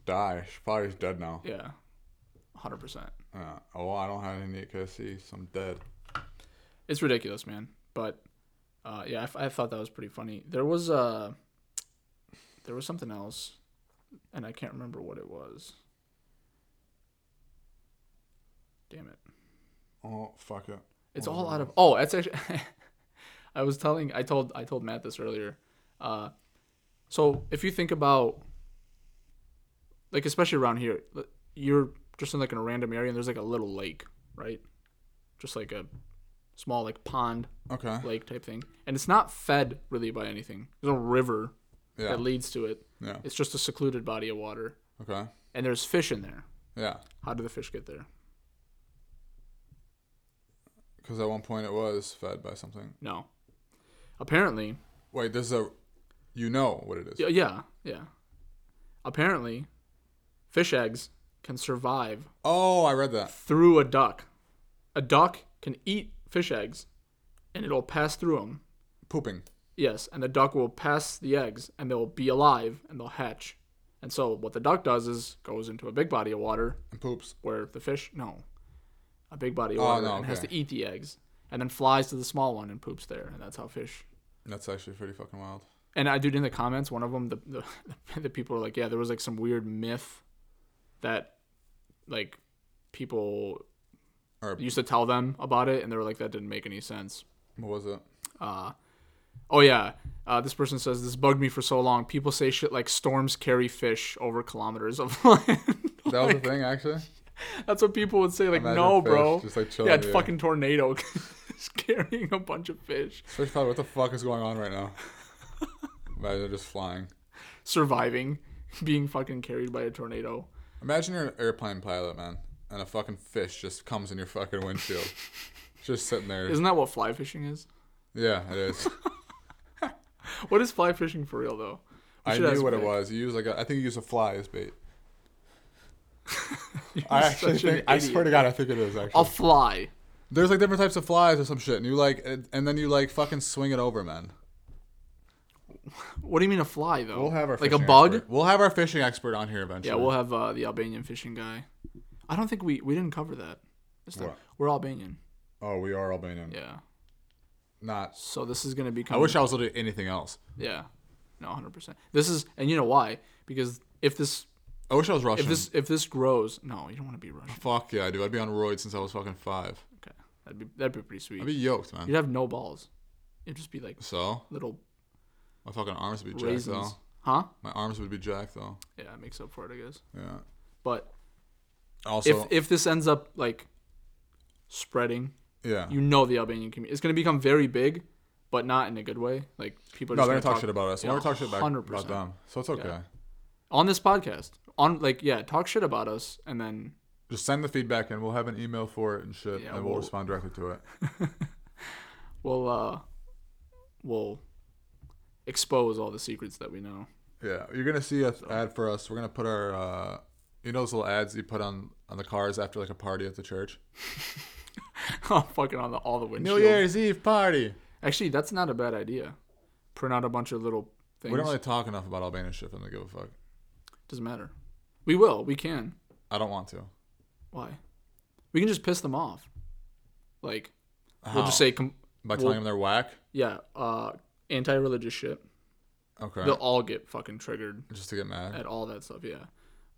Speaker 2: die. She probably is dead now.
Speaker 1: Yeah, hundred percent.
Speaker 2: Yeah. Oh, I don't have any KFC, so I'm dead.
Speaker 1: It's ridiculous, man. But uh, yeah, I f- I, thought that was pretty funny. There was uh, there was something else, and I can't remember what it was. Damn it!
Speaker 2: Oh, fuck it.
Speaker 1: It's all out of oh. That's actually. I was telling. I told. I told Matt this earlier. Uh, so if you think about, like especially around here, l- you're just in like in a random area, and there's like a little lake, right? Just like a small like pond
Speaker 2: Okay.
Speaker 1: lake type thing. And it's not fed really by anything. There's no river
Speaker 2: Yeah.
Speaker 1: that leads to it.
Speaker 2: Yeah.
Speaker 1: It's just a secluded body of water.
Speaker 2: Okay.
Speaker 1: And there's fish in there.
Speaker 2: Yeah.
Speaker 1: How do the fish get there?
Speaker 2: Because at one point it was fed by something.
Speaker 1: No. Apparently,
Speaker 2: Wait, this is a. You know what it is.
Speaker 1: yeah, yeah, yeah. Apparently, fish eggs can survive
Speaker 2: Oh, I read that.
Speaker 1: through a duck. A duck can eat fish eggs and it'll pass through them.
Speaker 2: Pooping.
Speaker 1: Yes, and the duck will pass the eggs and they'll be alive and they'll hatch. And so what the duck does is goes into a big body of water
Speaker 2: And poops.
Speaker 1: where the fish no a big body of
Speaker 2: Oh,
Speaker 1: water
Speaker 2: no,
Speaker 1: and has
Speaker 2: okay.
Speaker 1: to eat the eggs and then flies to the small one and poops there and that's how fish
Speaker 2: That's actually pretty fucking wild.
Speaker 1: And I dude in the comments, one of them, the the, the people are like, yeah, there was like some weird myth that like people
Speaker 2: Or
Speaker 1: used to tell them about it, and they were like, that didn't make any sense.
Speaker 2: what was it?
Speaker 1: Uh, oh yeah, uh, this person says this bugged me for so long. People say shit like storms carry fish over kilometers of land.
Speaker 2: That was the thing, actually.
Speaker 1: That's what people would say. Like,
Speaker 2: Imagine
Speaker 1: no,
Speaker 2: fish
Speaker 1: bro.
Speaker 2: Just like chilling.
Speaker 1: Yeah,
Speaker 2: here.
Speaker 1: fucking tornado is carrying a bunch of fish,
Speaker 2: Fish probably, what the fuck is going on right now? Imagine they're just flying.
Speaker 1: surviving, being fucking carried by a tornado.
Speaker 2: Imagine you're an airplane pilot, man, and a fucking fish just comes in your fucking windshield. It's just sitting there.
Speaker 1: Isn't that what fly fishing is?
Speaker 2: yeah, it is.
Speaker 1: What is fly fishing for real though? We
Speaker 2: I
Speaker 1: should
Speaker 2: knew
Speaker 1: ask
Speaker 2: what it
Speaker 1: Vic.
Speaker 2: was. You use like a, I think you use a fly as bait.
Speaker 1: You're
Speaker 2: I actually
Speaker 1: such an
Speaker 2: think. I swear to
Speaker 1: idiot.
Speaker 2: God, I think it is actually.
Speaker 1: a fly.
Speaker 2: There's like different types of flies or some shit, and you like, and and then you like fucking swing it over, man.
Speaker 1: What do you mean a fly though?
Speaker 2: We'll have our
Speaker 1: like a
Speaker 2: fishing
Speaker 1: bug.
Speaker 2: expert- We'll have our fishing expert on here eventually.
Speaker 1: Yeah, we'll have uh, the Albanian fishing guy. I don't think we we didn't cover that. This time.
Speaker 2: What?
Speaker 1: We're Albanian.
Speaker 2: oh, we are Albanian.
Speaker 1: Yeah.
Speaker 2: Not.
Speaker 1: So this is gonna be.
Speaker 2: I
Speaker 1: Coming,
Speaker 2: wish I was literally anything else.
Speaker 1: Yeah. No, hundred percent. This is, and you know why? Because if this
Speaker 2: I wish I was Russian.
Speaker 1: if this if this grows, no, you don't want to be Russian.
Speaker 2: Fuck yeah, dude. I'd be on roids since I was fucking five.
Speaker 1: Okay, that'd be that'd be pretty sweet.
Speaker 2: I'd be yoked, man.
Speaker 1: You'd have no balls. It'd just be like
Speaker 2: So
Speaker 1: little
Speaker 2: my fucking arms would be jacked
Speaker 1: raisins,
Speaker 2: though.
Speaker 1: huh?
Speaker 2: My arms would be jacked though.
Speaker 1: Yeah, it makes up for it, I guess.
Speaker 2: Yeah.
Speaker 1: But
Speaker 2: Also,
Speaker 1: if if this ends up like spreading,
Speaker 2: yeah.
Speaker 1: you know the Albanian community, it's gonna become very big, but not in a good way. Like people. Are
Speaker 2: no,
Speaker 1: just
Speaker 2: they're gonna talk, shit about us.
Speaker 1: Yeah,
Speaker 2: We're gonna talk shit back
Speaker 1: 100%.
Speaker 2: about them. So it's okay.
Speaker 1: on this podcast on like yeah talk shit about us and then
Speaker 2: Just send the feedback and we'll have an email for it and shit,
Speaker 1: Yeah,
Speaker 2: and we'll,
Speaker 1: we'll-
Speaker 2: respond directly to it.
Speaker 1: we'll uh we'll expose all the secrets that we know
Speaker 2: Yeah, you're gonna see a ad for us. We're gonna put our, uh, you know, those little ads you put on on the cars after like a party at the church.
Speaker 1: I'm fucking on the all the
Speaker 2: New
Speaker 1: windshield
Speaker 2: Year's Eve party.
Speaker 1: actually that's not a bad idea print out a bunch of little things
Speaker 2: We don't really talk enough about Albanian shit. and they give a fuck.
Speaker 1: doesn't matter we will we can
Speaker 2: I don't want to.
Speaker 1: why we can just piss them off like
Speaker 2: How?
Speaker 1: we'll just say com-
Speaker 2: by telling
Speaker 1: we'll-
Speaker 2: them they're whack.
Speaker 1: yeah uh anti-religious shit
Speaker 2: Okay,
Speaker 1: they'll all get fucking triggered
Speaker 2: just to get mad.
Speaker 1: at all that stuff yeah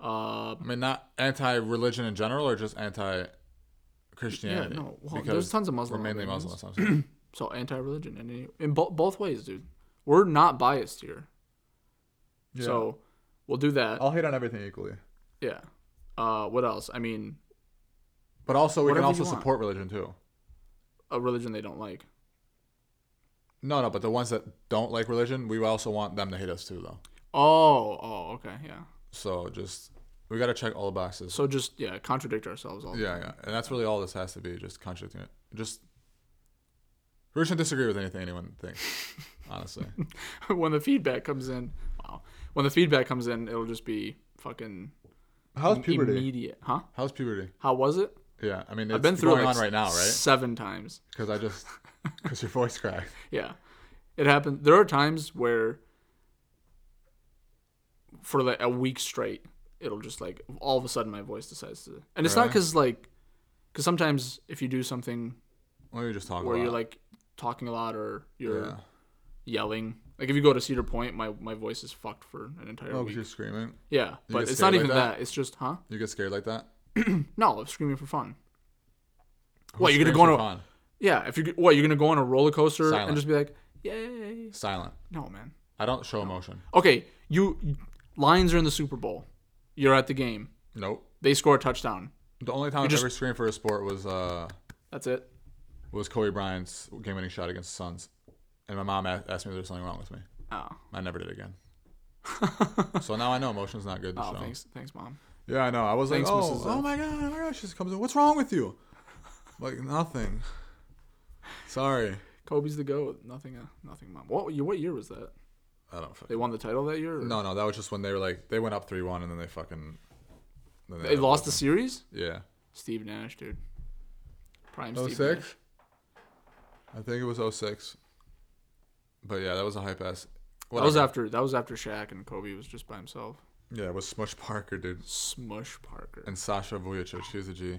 Speaker 1: uh
Speaker 2: I mean, not anti-religion in general, or just
Speaker 1: yeah,
Speaker 2: anti-Christianity.
Speaker 1: no. Well,
Speaker 2: because
Speaker 1: there's tons of
Speaker 2: we're
Speaker 1: Muslim.
Speaker 2: mainly
Speaker 1: Albanians.
Speaker 2: Muslims. I'm saying.
Speaker 1: So anti-religion in any, in bo- both ways, dude. We're not biased here,
Speaker 2: Yeah. Oh.
Speaker 1: so we'll do that.
Speaker 2: I'll hate on everything equally,
Speaker 1: yeah. Uh, what else? I mean,
Speaker 2: but also we
Speaker 1: Whatever
Speaker 2: can also
Speaker 1: you want.
Speaker 2: support religion too.
Speaker 1: a religion they don't like.
Speaker 2: No, no, but the ones that don't like religion, we also want them to hate us too, though.
Speaker 1: Oh, oh, okay, yeah.
Speaker 2: So just we gotta check all the boxes.
Speaker 1: So just yeah, contradict ourselves all.
Speaker 2: Yeah, yeah, and that's really all this has to be. Just contradicting it. Just we shouldn't disagree with anything anyone thinks. honestly,
Speaker 1: when the feedback comes in, wow. When the feedback comes in, it'll just be fucking
Speaker 2: how's
Speaker 1: immediate, huh?
Speaker 2: How's puberty?
Speaker 1: How was it?
Speaker 2: Yeah, I mean, it's
Speaker 1: I've been through
Speaker 2: going
Speaker 1: it like
Speaker 2: on right now, right?
Speaker 1: Seven times.
Speaker 2: Because I just because your voice cracked.
Speaker 1: Yeah. It happens. There are times where for like a week straight, it'll just like all of a sudden my voice decides to. And it's not
Speaker 2: Really?
Speaker 1: cuz like cuz sometimes if you do something
Speaker 2: Why don't you just talk?
Speaker 1: where
Speaker 2: about
Speaker 1: you're
Speaker 2: it?
Speaker 1: like talking a lot or you're
Speaker 2: yeah. Oh,
Speaker 1: yelling. Like if you go to Cedar Point, my my voice is fucked for an entire
Speaker 2: Oh, 'cause
Speaker 1: week.
Speaker 2: you're screaming.
Speaker 1: Yeah, but
Speaker 2: get
Speaker 1: it's
Speaker 2: scared
Speaker 1: not
Speaker 2: like
Speaker 1: even
Speaker 2: that?
Speaker 1: that? It's just, huh?
Speaker 2: You get scared like that.
Speaker 1: No, I'm screaming for fun.
Speaker 2: Who
Speaker 1: What, you're gonna
Speaker 2: screams
Speaker 1: go on
Speaker 2: for
Speaker 1: a-
Speaker 2: fun?
Speaker 1: Yeah, if you what, you're going to go on a roller coaster
Speaker 2: Silent.
Speaker 1: and just be like, "Yay."
Speaker 2: silent.
Speaker 1: No, man.
Speaker 2: I don't show emotion.
Speaker 1: Okay, you Lions are in the Super Bowl. You're at the game.
Speaker 2: Nope.
Speaker 1: They score a touchdown.
Speaker 2: The only time I've
Speaker 1: just-
Speaker 2: ever screamed for a sport was uh
Speaker 1: That's it.
Speaker 2: was Kobe Bryant's game-winning shot against the Suns, and my mom a- asked me if there's something wrong with me.
Speaker 1: Oh,
Speaker 2: I never did again. so now I know emotion's not good to
Speaker 1: oh
Speaker 2: show.
Speaker 1: thanks, thanks, mom.
Speaker 2: Yeah, I know. I was
Speaker 1: Thanks,
Speaker 2: like, oh,
Speaker 1: Mrs.
Speaker 2: oh
Speaker 1: F.
Speaker 2: my god, oh my god. She just comes in. What's wrong with you? I'm like nothing. Sorry.
Speaker 1: Kobe's the goat. Nothing, uh, nothing, mom. What you? What year was that?
Speaker 2: I don't. Fucking...
Speaker 1: They won the title that year. Or?
Speaker 2: No, no. That was just when they were like they went up three-one and then they fucking. Then
Speaker 1: they lost the series.
Speaker 2: Yeah.
Speaker 1: Steve Nash, dude. Prime
Speaker 2: Oh
Speaker 1: Steve
Speaker 2: six.
Speaker 1: Nash.
Speaker 2: I think it was oh six. But yeah, that was a hype ass.
Speaker 1: That was after. That was after Shaq and Kobe was just by himself.
Speaker 2: Yeah, it was Smush Parker, dude,
Speaker 1: Smush Parker.
Speaker 2: and Sasha Vujacic. She was a G.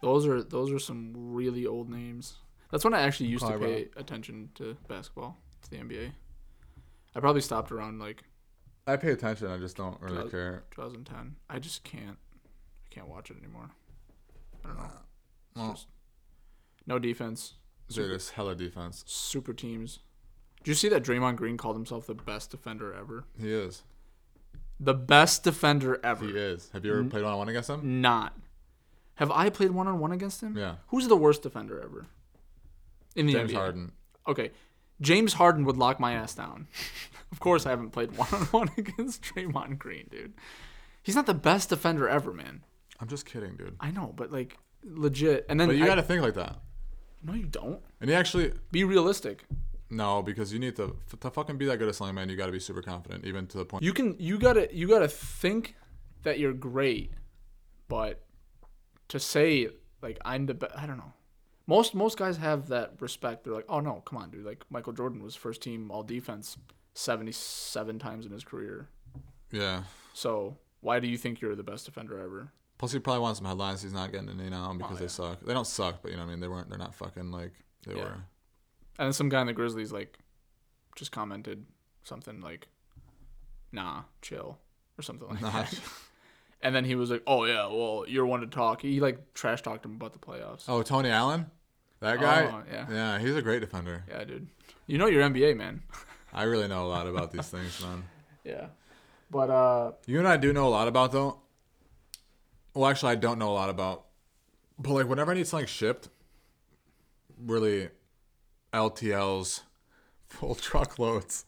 Speaker 1: Those are those are some really old names. That's when I actually used to
Speaker 2: Probably
Speaker 1: pay attention to basketball, to the NBA. I probably stopped around like
Speaker 2: I pay attention. I just don't really
Speaker 1: Does-
Speaker 2: care.
Speaker 1: 2010. I just can't. I can't watch it anymore. I don't know. It's
Speaker 2: Uh, Well.
Speaker 1: just- no defense.
Speaker 2: Dude, it's hella defense.
Speaker 1: Super teams. Did you see that Draymond Green called himself the best defender ever?
Speaker 2: He is.
Speaker 1: The best defender
Speaker 2: He
Speaker 1: ever.
Speaker 2: is. Have you
Speaker 1: Mm-hmm.
Speaker 2: ever played one on one against him?
Speaker 1: Not. Have I played one on one against him?
Speaker 2: Yeah.
Speaker 1: Who's the worst defender ever? In the
Speaker 2: James
Speaker 1: NBA.
Speaker 2: Harden.
Speaker 1: Okay. James Harden would lock my ass down. of course, I haven't played one on one against Draymond Green, dude. He's not the best defender ever, man.
Speaker 2: I'm just kidding, dude.
Speaker 1: I know, but like legit. And then
Speaker 2: But you
Speaker 1: I-
Speaker 2: got to think like that.
Speaker 1: no, you don't.
Speaker 2: And he actually
Speaker 1: Be realistic.
Speaker 2: no, because you need to to fucking be that good at something, man. You got to be super confident, even to the point.
Speaker 1: You can. You gotta. You gotta think that you're great, but to say like I'm the best, I don't know. Most most guys have that respect. They're like, oh no, come on, dude. Like Michael Jordan was first team all defense seventy seven times in his career.
Speaker 2: Yeah.
Speaker 1: So why do you think you're the best defender ever?
Speaker 2: Plus, he probably wants some headlines. He's not getting any now because they suck. They don't suck, but you know what I mean. They weren't. They're not fucking like they
Speaker 1: Oh, Yeah.
Speaker 2: were.
Speaker 1: And then some guy in the Grizzlies like just commented something like, "Nah, chill" or something like
Speaker 2: Nah.
Speaker 1: that. And then he was like, "Oh yeah, well you're one to talk." He like trash talked him about the playoffs.
Speaker 2: Oh, Tony Allen, that guy.
Speaker 1: Oh, yeah.
Speaker 2: Yeah, he's a great defender.
Speaker 1: Yeah, dude. You know your NBA man.
Speaker 2: I really know a lot about these things, man.
Speaker 1: yeah. But uh,
Speaker 2: You and I do know a lot about though. Well, actually, I don't know a lot about, but like whenever I need something shipped, really, LTLs, full truckloads.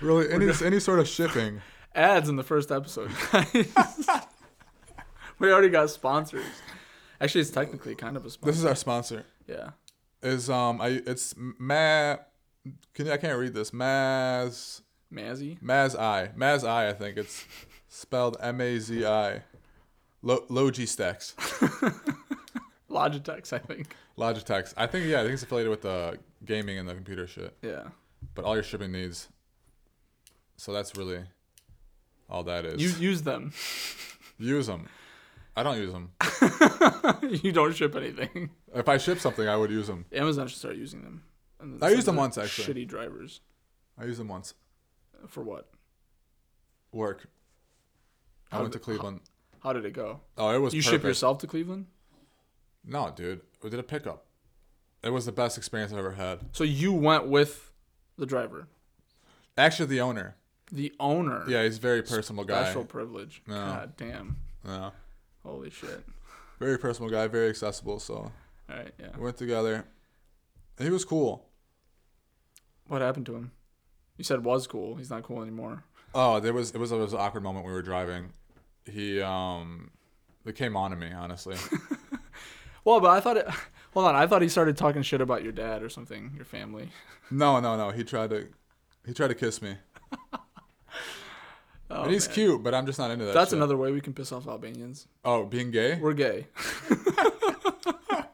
Speaker 2: Really, any any sort of shipping.
Speaker 1: ads in the first episode, guys. we already got sponsors. Actually, it's technically kind of a sponsor.
Speaker 2: This is our sponsor.
Speaker 1: yeah.
Speaker 2: Is um I it's Ma. Can you- I can't read this Maz
Speaker 1: Mazzy.
Speaker 2: Maz I Maz I I think it's spelled M A Z I, Lo- Logi Stacks.
Speaker 1: Logitech's, I think.
Speaker 2: Logitech. I think yeah, I think it's affiliated with the gaming and the computer shit.
Speaker 1: Yeah.
Speaker 2: But all your shipping needs. So that's really all that is.
Speaker 1: You use them.
Speaker 2: use them. I don't use them.
Speaker 1: you don't ship anything.
Speaker 2: if I ship something, I would use them.
Speaker 1: Amazon should start using them. And
Speaker 2: I
Speaker 1: send
Speaker 2: used them
Speaker 1: the
Speaker 2: once, actually.
Speaker 1: Shitty drivers
Speaker 2: I used them once.
Speaker 1: for what?
Speaker 2: Work. I
Speaker 1: How
Speaker 2: went to
Speaker 1: did-
Speaker 2: Cleveland.
Speaker 1: How did it go?
Speaker 2: oh, it was.
Speaker 1: You
Speaker 2: perfect.
Speaker 1: ship yourself to Cleveland,
Speaker 2: No, dude. We did a pickup. It was the best experience I've ever had.
Speaker 1: so you went with the driver,
Speaker 2: Actually, the owner.
Speaker 1: the owner.
Speaker 2: Yeah, he's a very personal guy.
Speaker 1: special privilege. God damn,
Speaker 2: Yeah.
Speaker 1: holy shit!
Speaker 2: Very personal guy. Very accessible. So
Speaker 1: All right, yeah.
Speaker 2: we went together. He was cool.
Speaker 1: What happened to him? You said was cool. He's not cool anymore.
Speaker 2: Oh, there was it was, it was an awkward moment we were driving. He um, it came on to me honestly.
Speaker 1: Well, but I thought it. Hold on, I thought he started talking shit about your dad or something, your family.
Speaker 2: no, no, no. He tried to, he tried to kiss me.
Speaker 1: Oh,
Speaker 2: and he's
Speaker 1: man.
Speaker 2: cute, but I'm just not into that.
Speaker 1: That's
Speaker 2: shit.
Speaker 1: another way we can piss off Albanians.
Speaker 2: Oh, being gay.
Speaker 1: We're gay.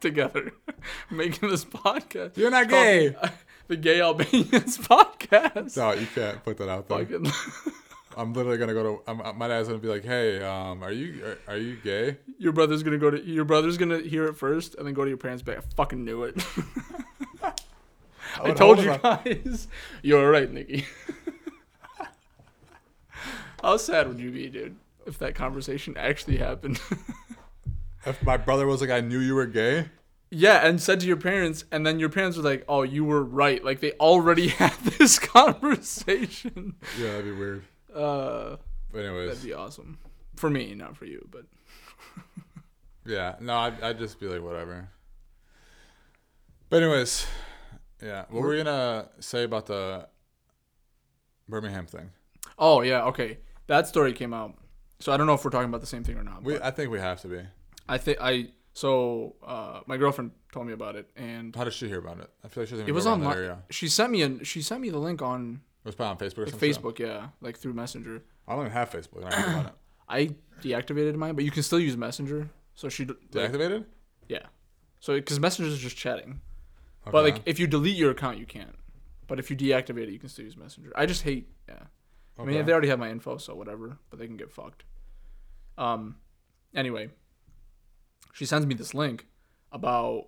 Speaker 1: Together, making this podcast.
Speaker 2: You're not
Speaker 1: It's called
Speaker 2: gay.
Speaker 1: the Gay Albanians podcast.
Speaker 2: No, you can't put that out there.
Speaker 1: Fucking-
Speaker 2: I'm literally gonna go to. I'm, uh, my dad's gonna be like, "Hey, um, are you are, are you gay?"
Speaker 1: your brother's gonna go to your brother's gonna hear it first, and then go to your parents. Back, I fucking knew it. I
Speaker 2: would
Speaker 1: told
Speaker 2: hope
Speaker 1: you
Speaker 2: not.
Speaker 1: guys. You're right, Nikki. How sad would you be, dude, if that conversation actually happened?
Speaker 2: If my brother was like, "I knew you were gay,"
Speaker 1: yeah, and said to your parents, and then your parents were like, "Oh, you were right." Like they already had this conversation.
Speaker 2: yeah, that'd be weird.
Speaker 1: Uh,
Speaker 2: But
Speaker 1: that'd
Speaker 2: anyways,
Speaker 1: be awesome for me, not for you, but
Speaker 2: yeah. No, I'd, I'd just be like, whatever. But anyways, yeah. What were we gonna say about the Birmingham thing?
Speaker 1: Oh yeah, okay. That story came out. So I don't know if we're talking about the same thing or not.
Speaker 2: We,
Speaker 1: but
Speaker 2: I think we have to be.
Speaker 1: I think I so uh, my girlfriend told me about it, and
Speaker 2: How did she hear about it? I feel like she doesn't even
Speaker 1: it was
Speaker 2: go around that
Speaker 1: online.
Speaker 2: area.
Speaker 1: She sent me an she sent me the link on
Speaker 2: It was probably on Facebook or something.
Speaker 1: Facebook. Yeah, like through Messenger.
Speaker 2: I don't even have Facebook. And I heard about it.
Speaker 1: I deactivated mine, but you can still use Messenger. So she d- like,
Speaker 2: Deactivated?
Speaker 1: yeah. So because Messenger is just chatting, but like
Speaker 2: Okay.
Speaker 1: if you delete your account, you can't. But if you deactivate it, you can still use Messenger. I just hate yeah. I mean,
Speaker 2: Okay.
Speaker 1: they already have my info, so whatever. But they can get fucked. Um. Anyway, she sends me this link about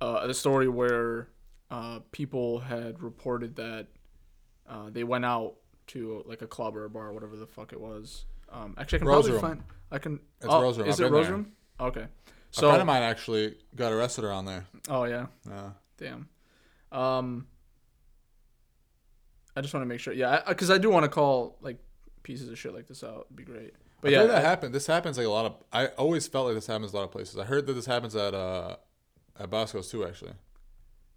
Speaker 1: uh, the story where uh, people had reported that uh, they went out to like a club or a bar, whatever the fuck it was. Um, actually, I can
Speaker 2: Rose
Speaker 1: probably
Speaker 2: Room.
Speaker 1: find. I can.
Speaker 2: It's
Speaker 1: oh,
Speaker 2: Rose Room.
Speaker 1: Is
Speaker 2: I've
Speaker 1: it
Speaker 2: been
Speaker 1: Rose
Speaker 2: there.
Speaker 1: Room? Okay.
Speaker 2: a
Speaker 1: So.
Speaker 2: friend of mine actually got arrested around there.
Speaker 1: oh yeah.
Speaker 2: Yeah.
Speaker 1: Damn. Um. I just want to make sure. Yeah, because I, do want to call like pieces of shit like this out. It'd be great. But
Speaker 2: I
Speaker 1: yeah,
Speaker 2: think that happened. This happens like a lot of. I always felt like this happens a lot of places. I heard that this happens at uh at Bosco's too. Actually,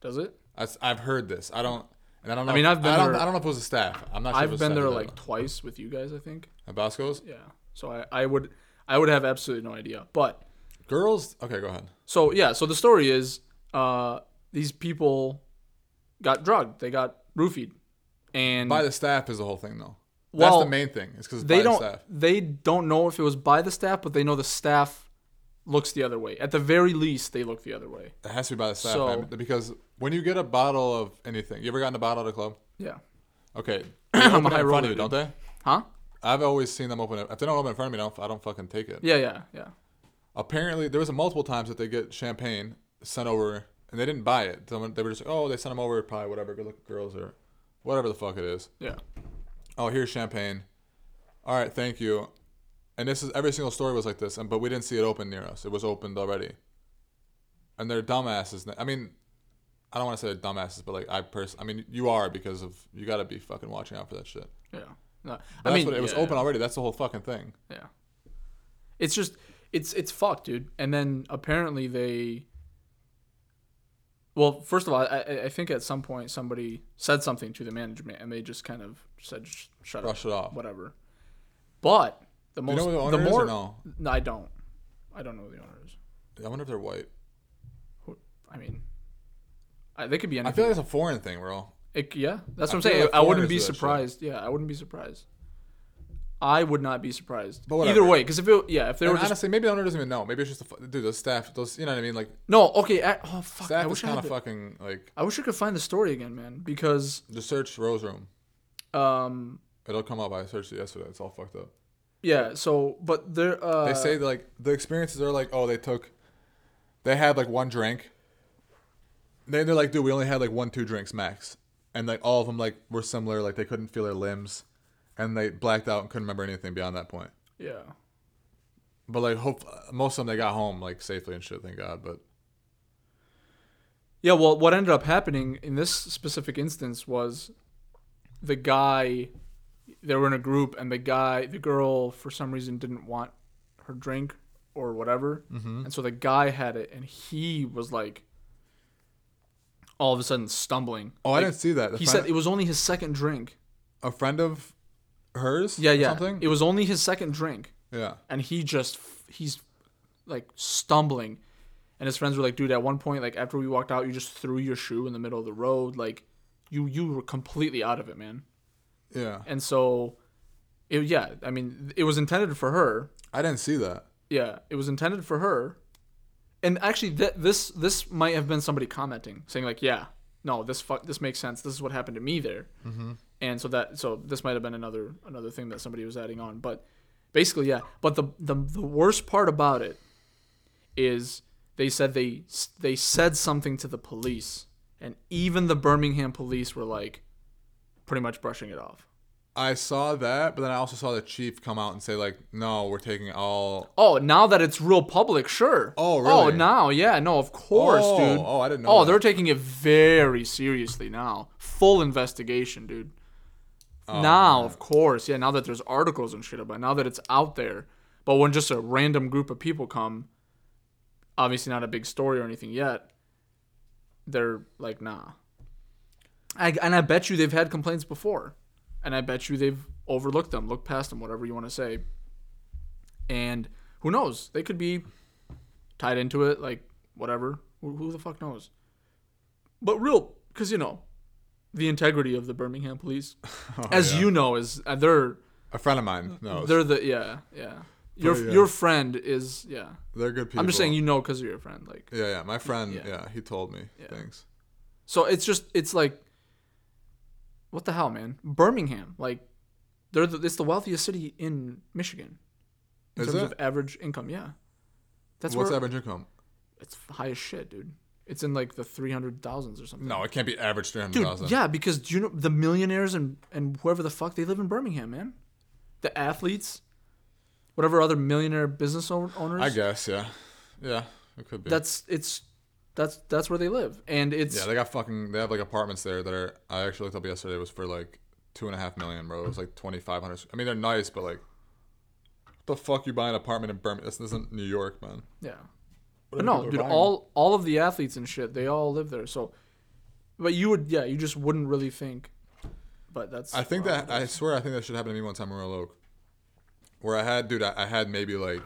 Speaker 1: does it?
Speaker 2: I, have heard this. I don't. And I don't know.
Speaker 1: I mean,
Speaker 2: if-
Speaker 1: I've been
Speaker 2: I don't,
Speaker 1: there-
Speaker 2: I don't know if it was a staff. I'm not sure. if it
Speaker 1: I've
Speaker 2: was
Speaker 1: been
Speaker 2: staff
Speaker 1: there
Speaker 2: or
Speaker 1: like
Speaker 2: not.
Speaker 1: twice with you guys, I think.
Speaker 2: at Bosco's.
Speaker 1: Yeah. So I, I would I would have absolutely no idea. But
Speaker 2: Girls. Okay, go ahead.
Speaker 1: so yeah, so the story is uh these people got drugged. They got roofied. And
Speaker 2: By the staff is the whole thing though.
Speaker 1: Well,
Speaker 2: That's the main thing. It's because
Speaker 1: they
Speaker 2: by
Speaker 1: don't
Speaker 2: the staff.
Speaker 1: they don't know if it was by the staff, but they know the staff looks the other way. At the very least they look the other way.
Speaker 2: It has to be by the staff
Speaker 1: So-
Speaker 2: man, because when you get a bottle of anything, you ever gotten a bottle at a club?
Speaker 1: Yeah.
Speaker 2: Okay, they
Speaker 1: I'm a
Speaker 2: open it in
Speaker 1: high
Speaker 2: front
Speaker 1: roller,
Speaker 2: of you, don't
Speaker 1: dude.
Speaker 2: they?
Speaker 1: Huh?
Speaker 2: I've always seen them open it. If they don't open it in front of me, I don't, I don't fucking take it.
Speaker 1: Yeah, yeah, yeah.
Speaker 2: apparently there was multiple times that they get champagne sent over and they didn't buy it. Someone they were just like, oh, they sent them over probably whatever good looking girls or whatever the fuck it is.
Speaker 1: Yeah.
Speaker 2: Oh, here's champagne. All right, thank you. And this is every single story was like this, and but we didn't see it open near us. It was opened already. And they're dumbasses. I mean, I don't want to say they're dumbasses, but like I pers- I mean, you are because of you got to be fucking watching out for that shit.
Speaker 1: Yeah. No,
Speaker 2: But
Speaker 1: I
Speaker 2: that's
Speaker 1: mean
Speaker 2: what it was
Speaker 1: yeah,
Speaker 2: open already. That's the whole fucking thing.
Speaker 1: Yeah. It's just it's it's fucked, dude. And then apparently they Well, first of all, I- I, I think at some point somebody said something to the management and they just kind of said "Sh- shut
Speaker 2: Brush it
Speaker 1: up,
Speaker 2: off.
Speaker 1: whatever. But the
Speaker 2: you
Speaker 1: most
Speaker 2: know who the
Speaker 1: the
Speaker 2: owner is or
Speaker 1: more
Speaker 2: no?
Speaker 1: No, I don't. I don't know who the owner is.
Speaker 2: I wonder if they're white.
Speaker 1: Who, I mean I, they could be
Speaker 2: I
Speaker 1: anything.
Speaker 2: feel like it's a foreign thing, bro.
Speaker 1: It, yeah, that's
Speaker 2: I
Speaker 1: what
Speaker 2: feel
Speaker 1: I'm saying.
Speaker 2: like
Speaker 1: I wouldn't
Speaker 2: foreigners
Speaker 1: be
Speaker 2: do that shit.
Speaker 1: surprised. Yeah, I wouldn't be surprised. I would not be surprised.
Speaker 2: But whatever.
Speaker 1: Either way, because if it, yeah, if they
Speaker 2: And
Speaker 1: were just
Speaker 2: honestly, maybe the owner doesn't even know. Maybe it's just the fu- dude, those staff, those you know what I mean? Like
Speaker 1: no, okay. I, oh fuck! I
Speaker 2: staff is
Speaker 1: wish I
Speaker 2: kind
Speaker 1: had
Speaker 2: of
Speaker 1: the-
Speaker 2: fucking like
Speaker 1: I wish I could find the story again, man, because
Speaker 2: just search Rose Room.
Speaker 1: um
Speaker 2: It'll come up. I searched it yesterday. It's all fucked up.
Speaker 1: yeah, so but there uh
Speaker 2: They say that, like the experiences are like, oh, they took, they had like one drink. Then they're like, dude, we only had like one, two drinks max, and like all of them like were similar. Like they couldn't feel their limbs, and they blacked out and couldn't remember anything beyond that point.
Speaker 1: yeah.
Speaker 2: But like, hope most of them they got home like safely and shit. Thank God. But
Speaker 1: Yeah, well what ended up happening in this specific instance was the guy they were in a group and the guy the girl for some reason didn't want her drink or whatever. And so the guy had it and he was like all of a sudden stumbling.
Speaker 2: oh,
Speaker 1: Like,
Speaker 2: I didn't see that. The
Speaker 1: he
Speaker 2: friend-
Speaker 1: said it was only his second drink.
Speaker 2: a friend of hers.
Speaker 1: Yeah,
Speaker 2: or
Speaker 1: yeah.
Speaker 2: Something.
Speaker 1: It was only his second drink.
Speaker 2: yeah.
Speaker 1: and he just he's like stumbling and his friends were like dude at one point like after we walked out you just threw your shoe in the middle of the road like you you were completely out of it man
Speaker 2: Yeah.
Speaker 1: and so it, yeah i mean it was intended for her
Speaker 2: I didn't see that.
Speaker 1: yeah it was intended for her and actually th- this this might have been somebody commenting saying like yeah no this fuck this makes sense this is what happened to me there mm-hmm. and so that so this might have been another another thing that somebody was adding on but basically yeah but the the, the worst part about it is they said they s- they said something to the police and even the Birmingham police were like pretty much brushing it off
Speaker 2: I saw that, but then I also saw the chief come out and say like, "No, we're taking all."
Speaker 1: Oh, now that it's real public, sure.
Speaker 2: Oh,
Speaker 1: Oh,
Speaker 2: really?
Speaker 1: now, yeah, no, of course,
Speaker 2: Oh,
Speaker 1: dude.
Speaker 2: oh, I didn't know
Speaker 1: Oh,
Speaker 2: that.
Speaker 1: they're taking it very seriously now. Full investigation, dude.
Speaker 2: Oh,
Speaker 1: now, of course, yeah. Now that there's articles and shit about, it, now that it's out there, but when just a random group of people come, obviously not a big story or anything yet. They're like, nah. I, and I bet you they've had complaints before, and I bet you they've overlooked them, looked past them, whatever you want to say. And who knows? They could be tied into it, like whatever. Who, who the fuck knows? But real, because you know, the integrity of the Birmingham police, as
Speaker 2: Oh, yeah.
Speaker 1: you know, is uh, they're
Speaker 2: A friend of mine. No, they're,
Speaker 1: they're the yeah yeah. Your
Speaker 2: Pretty, uh,
Speaker 1: your friend is yeah.
Speaker 2: good people.
Speaker 1: I'm just saying you know because of your friend like.
Speaker 2: Yeah, yeah. My friend.
Speaker 1: Yeah.
Speaker 2: Yeah, he told me
Speaker 1: Yeah.
Speaker 2: things.
Speaker 1: So it's just it's like, what the hell, man? Birmingham, like, they're the, it's the wealthiest city in Michigan in
Speaker 2: Is
Speaker 1: terms
Speaker 2: it?
Speaker 1: of average income. Yeah, that's
Speaker 2: What's
Speaker 1: where
Speaker 2: average income?
Speaker 1: it's high as shit, dude. It's in like the three hundred thousands or something.
Speaker 2: No, it can't be average three hundred
Speaker 1: Dude,
Speaker 2: thousand.
Speaker 1: yeah, because do you know the millionaires and and whoever the fuck they live in Birmingham, man. The athletes, whatever other millionaire business own- owners.
Speaker 2: I guess. Yeah, yeah, it could be.
Speaker 1: That's it's that's that's where they live, and it's
Speaker 2: yeah, they got fucking. They have like apartments there that are. I actually looked up yesterday. It was for like two and a half million, bro. It was like twenty five hundred. I mean, they're nice, but like, what the fuck you buy an apartment in Birmingham? This isn't New York, man.
Speaker 1: yeah.
Speaker 2: are
Speaker 1: But no,
Speaker 2: people
Speaker 1: dude,
Speaker 2: buying?
Speaker 1: all all of the athletes and shit, they all live there. So, but you would, yeah, you just wouldn't really think. But that's.
Speaker 2: I think
Speaker 1: where
Speaker 2: that I swear I think that should happen to me one time in Royal Oak, where I had dude I, I had maybe like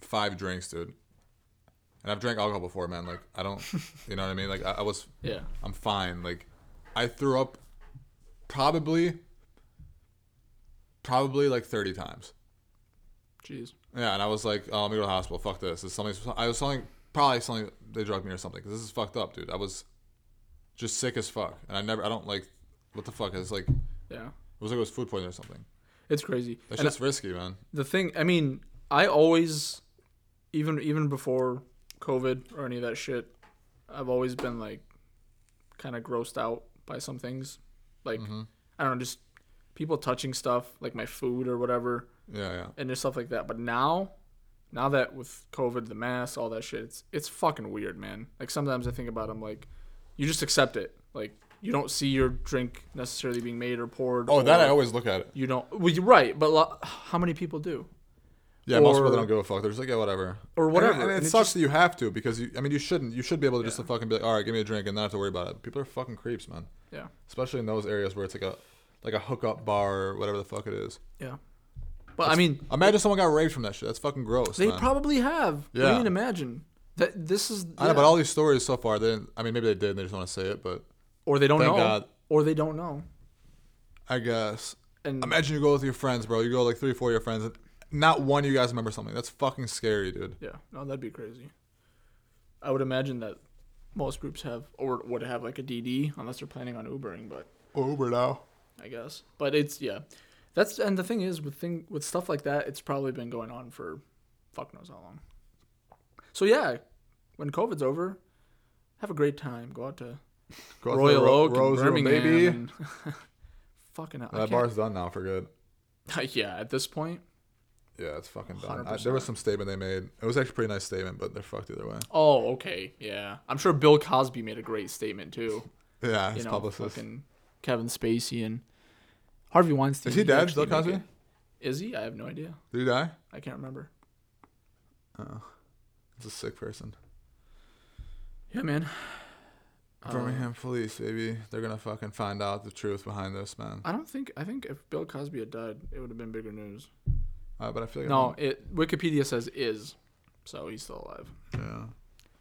Speaker 2: five drinks, dude, and I've drank alcohol before, man. Like I don't, you know what I mean? Like I, I was,
Speaker 1: Yeah.
Speaker 2: I'm fine. Like I threw up probably, probably like thirty times.
Speaker 1: Jeez.
Speaker 2: Yeah, and I was like, oh, let me go to the hospital. Fuck this. It's something. I was telling probably something they drugged me or something. 'cause this is fucked up, dude. I was just sick as fuck, and I never. I don't like. What the fuck? It's like it
Speaker 1: Yeah.
Speaker 2: was like it was food poisoning or something.
Speaker 1: It's crazy.
Speaker 2: That's
Speaker 1: And
Speaker 2: just risky, man.
Speaker 1: the thing i mean i always even even before covid or any of that shit i've always been like kind of grossed out by some things like
Speaker 2: Mm-hmm.
Speaker 1: i don't know just people touching stuff like my food or whatever
Speaker 2: Yeah, yeah.
Speaker 1: and just stuff like that but now now that with covid the mask all that shit it's it's fucking weird man like sometimes i think about it, i'm like you just accept it like you don't see your drink necessarily being made or poured
Speaker 2: Oh, that
Speaker 1: or
Speaker 2: I always look at it.
Speaker 1: you don't well you're right but lo- how many people do
Speaker 2: Yeah, most people
Speaker 1: Or-
Speaker 2: don't give a fuck. They're just like, yeah, whatever.
Speaker 1: Or whatever.
Speaker 2: And, and it
Speaker 1: And it
Speaker 2: sucks that you have to because you. I mean, you shouldn't. You should be able to just to fucking be like, all right, give me a drink and not have to worry about it. People are fucking creeps, man.
Speaker 1: yeah
Speaker 2: Especially in those areas where it's like a, like a hookup bar or whatever the fuck it is.
Speaker 1: Yeah. But I mean,
Speaker 2: Imagine someone got raped from that shit. That's fucking gross.
Speaker 1: they
Speaker 2: man.
Speaker 1: probably have. Yeah.
Speaker 2: Yeah.
Speaker 1: you mean imagine? That this is
Speaker 2: I know,
Speaker 1: yeah.
Speaker 2: but all these stories so far, they didn't, I mean, maybe they did and they just want to say it, but
Speaker 1: or they don't
Speaker 2: Thank
Speaker 1: know.
Speaker 2: God.
Speaker 1: Or they don't know.
Speaker 2: I guess.
Speaker 1: And
Speaker 2: Imagine you go with your friends, bro. You go like three, four of your friends, and not one of you guys remember something. That's fucking scary, dude.
Speaker 1: yeah, no, that'd be crazy. I would imagine that most groups have or would have like a DD unless they're planning on Ubering, but
Speaker 2: Over now.
Speaker 1: I guess. But it's yeah. That's and the thing is with thing with stuff like that, it's probably been going on for fuck knows how long. So yeah, when COVID's over, have a great time. Go out to
Speaker 2: Go out to
Speaker 1: Royal
Speaker 2: Ro-
Speaker 1: Oak, and
Speaker 2: Rose Room,
Speaker 1: Birmingham.
Speaker 2: baby. Uh,
Speaker 1: and- fucking hell, I
Speaker 2: That
Speaker 1: can't-
Speaker 2: bar's done now for good.
Speaker 1: yeah, at this point.
Speaker 2: Yeah, it's fucking done. I, there was
Speaker 1: 100%.
Speaker 2: some statement they made. It was actually a pretty nice statement, but they're fucked either way.
Speaker 1: Oh, okay. Yeah. I'm sure Bill Cosby made a great statement too.
Speaker 2: Yeah,
Speaker 1: You
Speaker 2: his
Speaker 1: know,
Speaker 2: publicist.
Speaker 1: fucking Kevin Spacey and Harvey Weinstein.
Speaker 2: Is he
Speaker 1: did
Speaker 2: dead,
Speaker 1: actually
Speaker 2: Bill
Speaker 1: make
Speaker 2: Cosby?
Speaker 1: it. Is he? I have no idea.
Speaker 2: Did he die?
Speaker 1: I can't remember.
Speaker 2: Oh, he's a sick person.
Speaker 1: Yeah, man. Uh,
Speaker 2: Birmingham police, baby. They're gonna fucking find out the truth behind this, man.
Speaker 1: I don't think I think if Bill Cosby had died, it would have been bigger news.
Speaker 2: Uh, but I feel like
Speaker 1: No, it Wikipedia says is, so he's still alive
Speaker 2: I don't- yeah.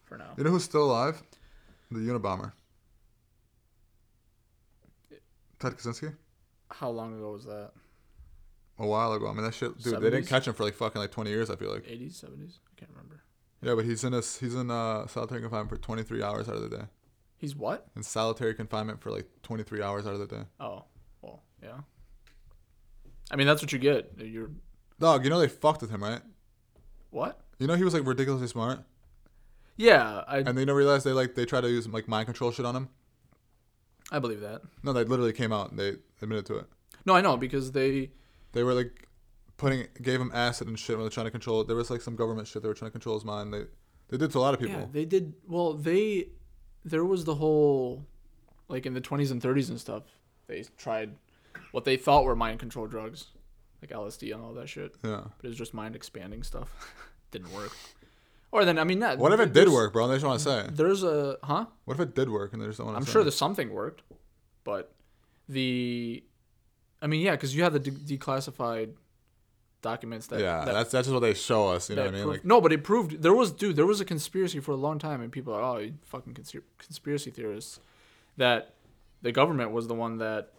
Speaker 1: for now.
Speaker 2: You know who's still alive? The Unabomber. Ted Kaczynski.
Speaker 1: How long ago was that?
Speaker 2: A while ago. I mean, that shit, dude. They didn't
Speaker 1: 70s?
Speaker 2: catch him for like fucking like 20 years. I feel like.
Speaker 1: 80s, 70s? I can't remember.
Speaker 2: Yeah, but he's in a he's in uh, solitary confinement for 23 hours out of the day.
Speaker 1: He's what?
Speaker 2: In solitary confinement for like 23 hours out of the day.
Speaker 1: Oh, well, yeah. I mean, that's what you get. You're
Speaker 2: Dog, you know they fucked with him, right?
Speaker 1: what?
Speaker 2: You know he was like ridiculously smart,
Speaker 1: Yeah, I
Speaker 2: and they don't realize they like they try to use like mind control shit on him.
Speaker 1: I believe that.
Speaker 2: No, they literally came out and they admitted to it.
Speaker 1: No, I know because they
Speaker 2: They were like putting gave him acid and shit when they're trying to control. There was like some government shit they were trying to control his mind. They they did to a lot of people.
Speaker 1: yeah, they did well. They there was the whole like in the 20s and 30s and stuff. They tried what they thought were mind control drugs, like LSD and all that shit,
Speaker 2: yeah.
Speaker 1: but it was just mind expanding stuff. Didn't work. Or then I mean that.
Speaker 2: What if it did work, bro? They just want to say.
Speaker 1: There's a huh?
Speaker 2: What if it did work and they just don't want to
Speaker 1: Mm-hmm. I'm
Speaker 2: say?
Speaker 1: sure there's something worked, but the, I mean, yeah, because you have the de- declassified documents that
Speaker 2: yeah,
Speaker 1: that,
Speaker 2: that's that's just what they show us. You know
Speaker 1: that
Speaker 2: what I mean?
Speaker 1: proved-
Speaker 2: Like,
Speaker 1: no, but it proved there was dude there was a conspiracy for a long time, and people are oh you fucking conspir- conspiracy theorists that the government was the one that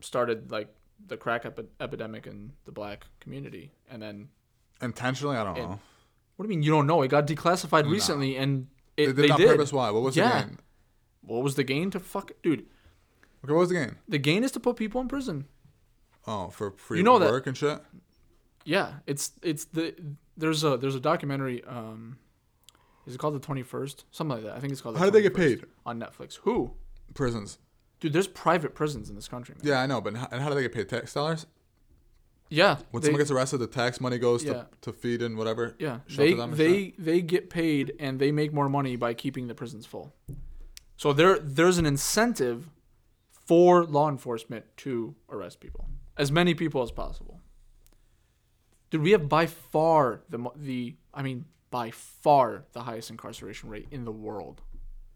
Speaker 1: started like the crack epi- epidemic in the black community, and then
Speaker 2: intentionally, I don't know.
Speaker 1: what do you mean you don't know? It got declassified recently, and it,
Speaker 2: They
Speaker 1: they
Speaker 2: did it on purpose. Why? What was
Speaker 1: Yeah.
Speaker 2: the gain?
Speaker 1: What was the gain to fuck dude?
Speaker 2: Okay, what was the gain?
Speaker 1: The gain is to put people in prison.
Speaker 2: Oh, for free
Speaker 1: You know that-
Speaker 2: work and shit.
Speaker 1: yeah it's it's the there's a there's a documentary um Is it called the twenty first? Something like that. I think it's called. The
Speaker 2: How do they get
Speaker 1: 21st
Speaker 2: paid?
Speaker 1: on Netflix? Who?
Speaker 2: Prisons.
Speaker 1: Dude, there's private prisons in this country, man.
Speaker 2: Yeah, I know, but how, and how do they get paid? Tax dollars?
Speaker 1: Yeah.
Speaker 2: When
Speaker 1: they-
Speaker 2: someone gets arrested, the tax money goes
Speaker 1: Yeah.
Speaker 2: to, to feed and whatever.
Speaker 1: Yeah,
Speaker 2: shelter
Speaker 1: they
Speaker 2: them and
Speaker 1: they
Speaker 2: shit?
Speaker 1: they get paid and they make more money by keeping the prisons full. So there there's an incentive for law enforcement to arrest people, as many people as possible. Dude, we have by far the mo- the I mean by far the highest incarceration rate in the world.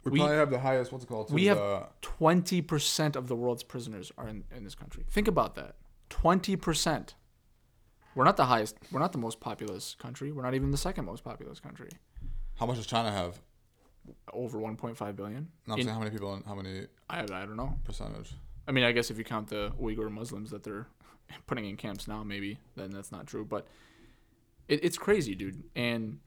Speaker 2: We,
Speaker 1: we-
Speaker 2: probably have the highest. What's it called?
Speaker 1: We
Speaker 2: too,
Speaker 1: have
Speaker 2: the-
Speaker 1: twenty percent of the world's prisoners are in, in this country. Think about that. Twenty percent. We're not the highest. We're not the most populous country. We're not even the second most populous country.
Speaker 2: how much does China have?
Speaker 1: over 1.5 billion.
Speaker 2: No, I'm
Speaker 1: In-
Speaker 2: saying how many people and how many
Speaker 1: I, I don't know.
Speaker 2: percentage.
Speaker 1: I mean, I guess if you count the Uyghur Muslims that they're putting in camps now, maybe then that's not true. But it, it's crazy, dude. And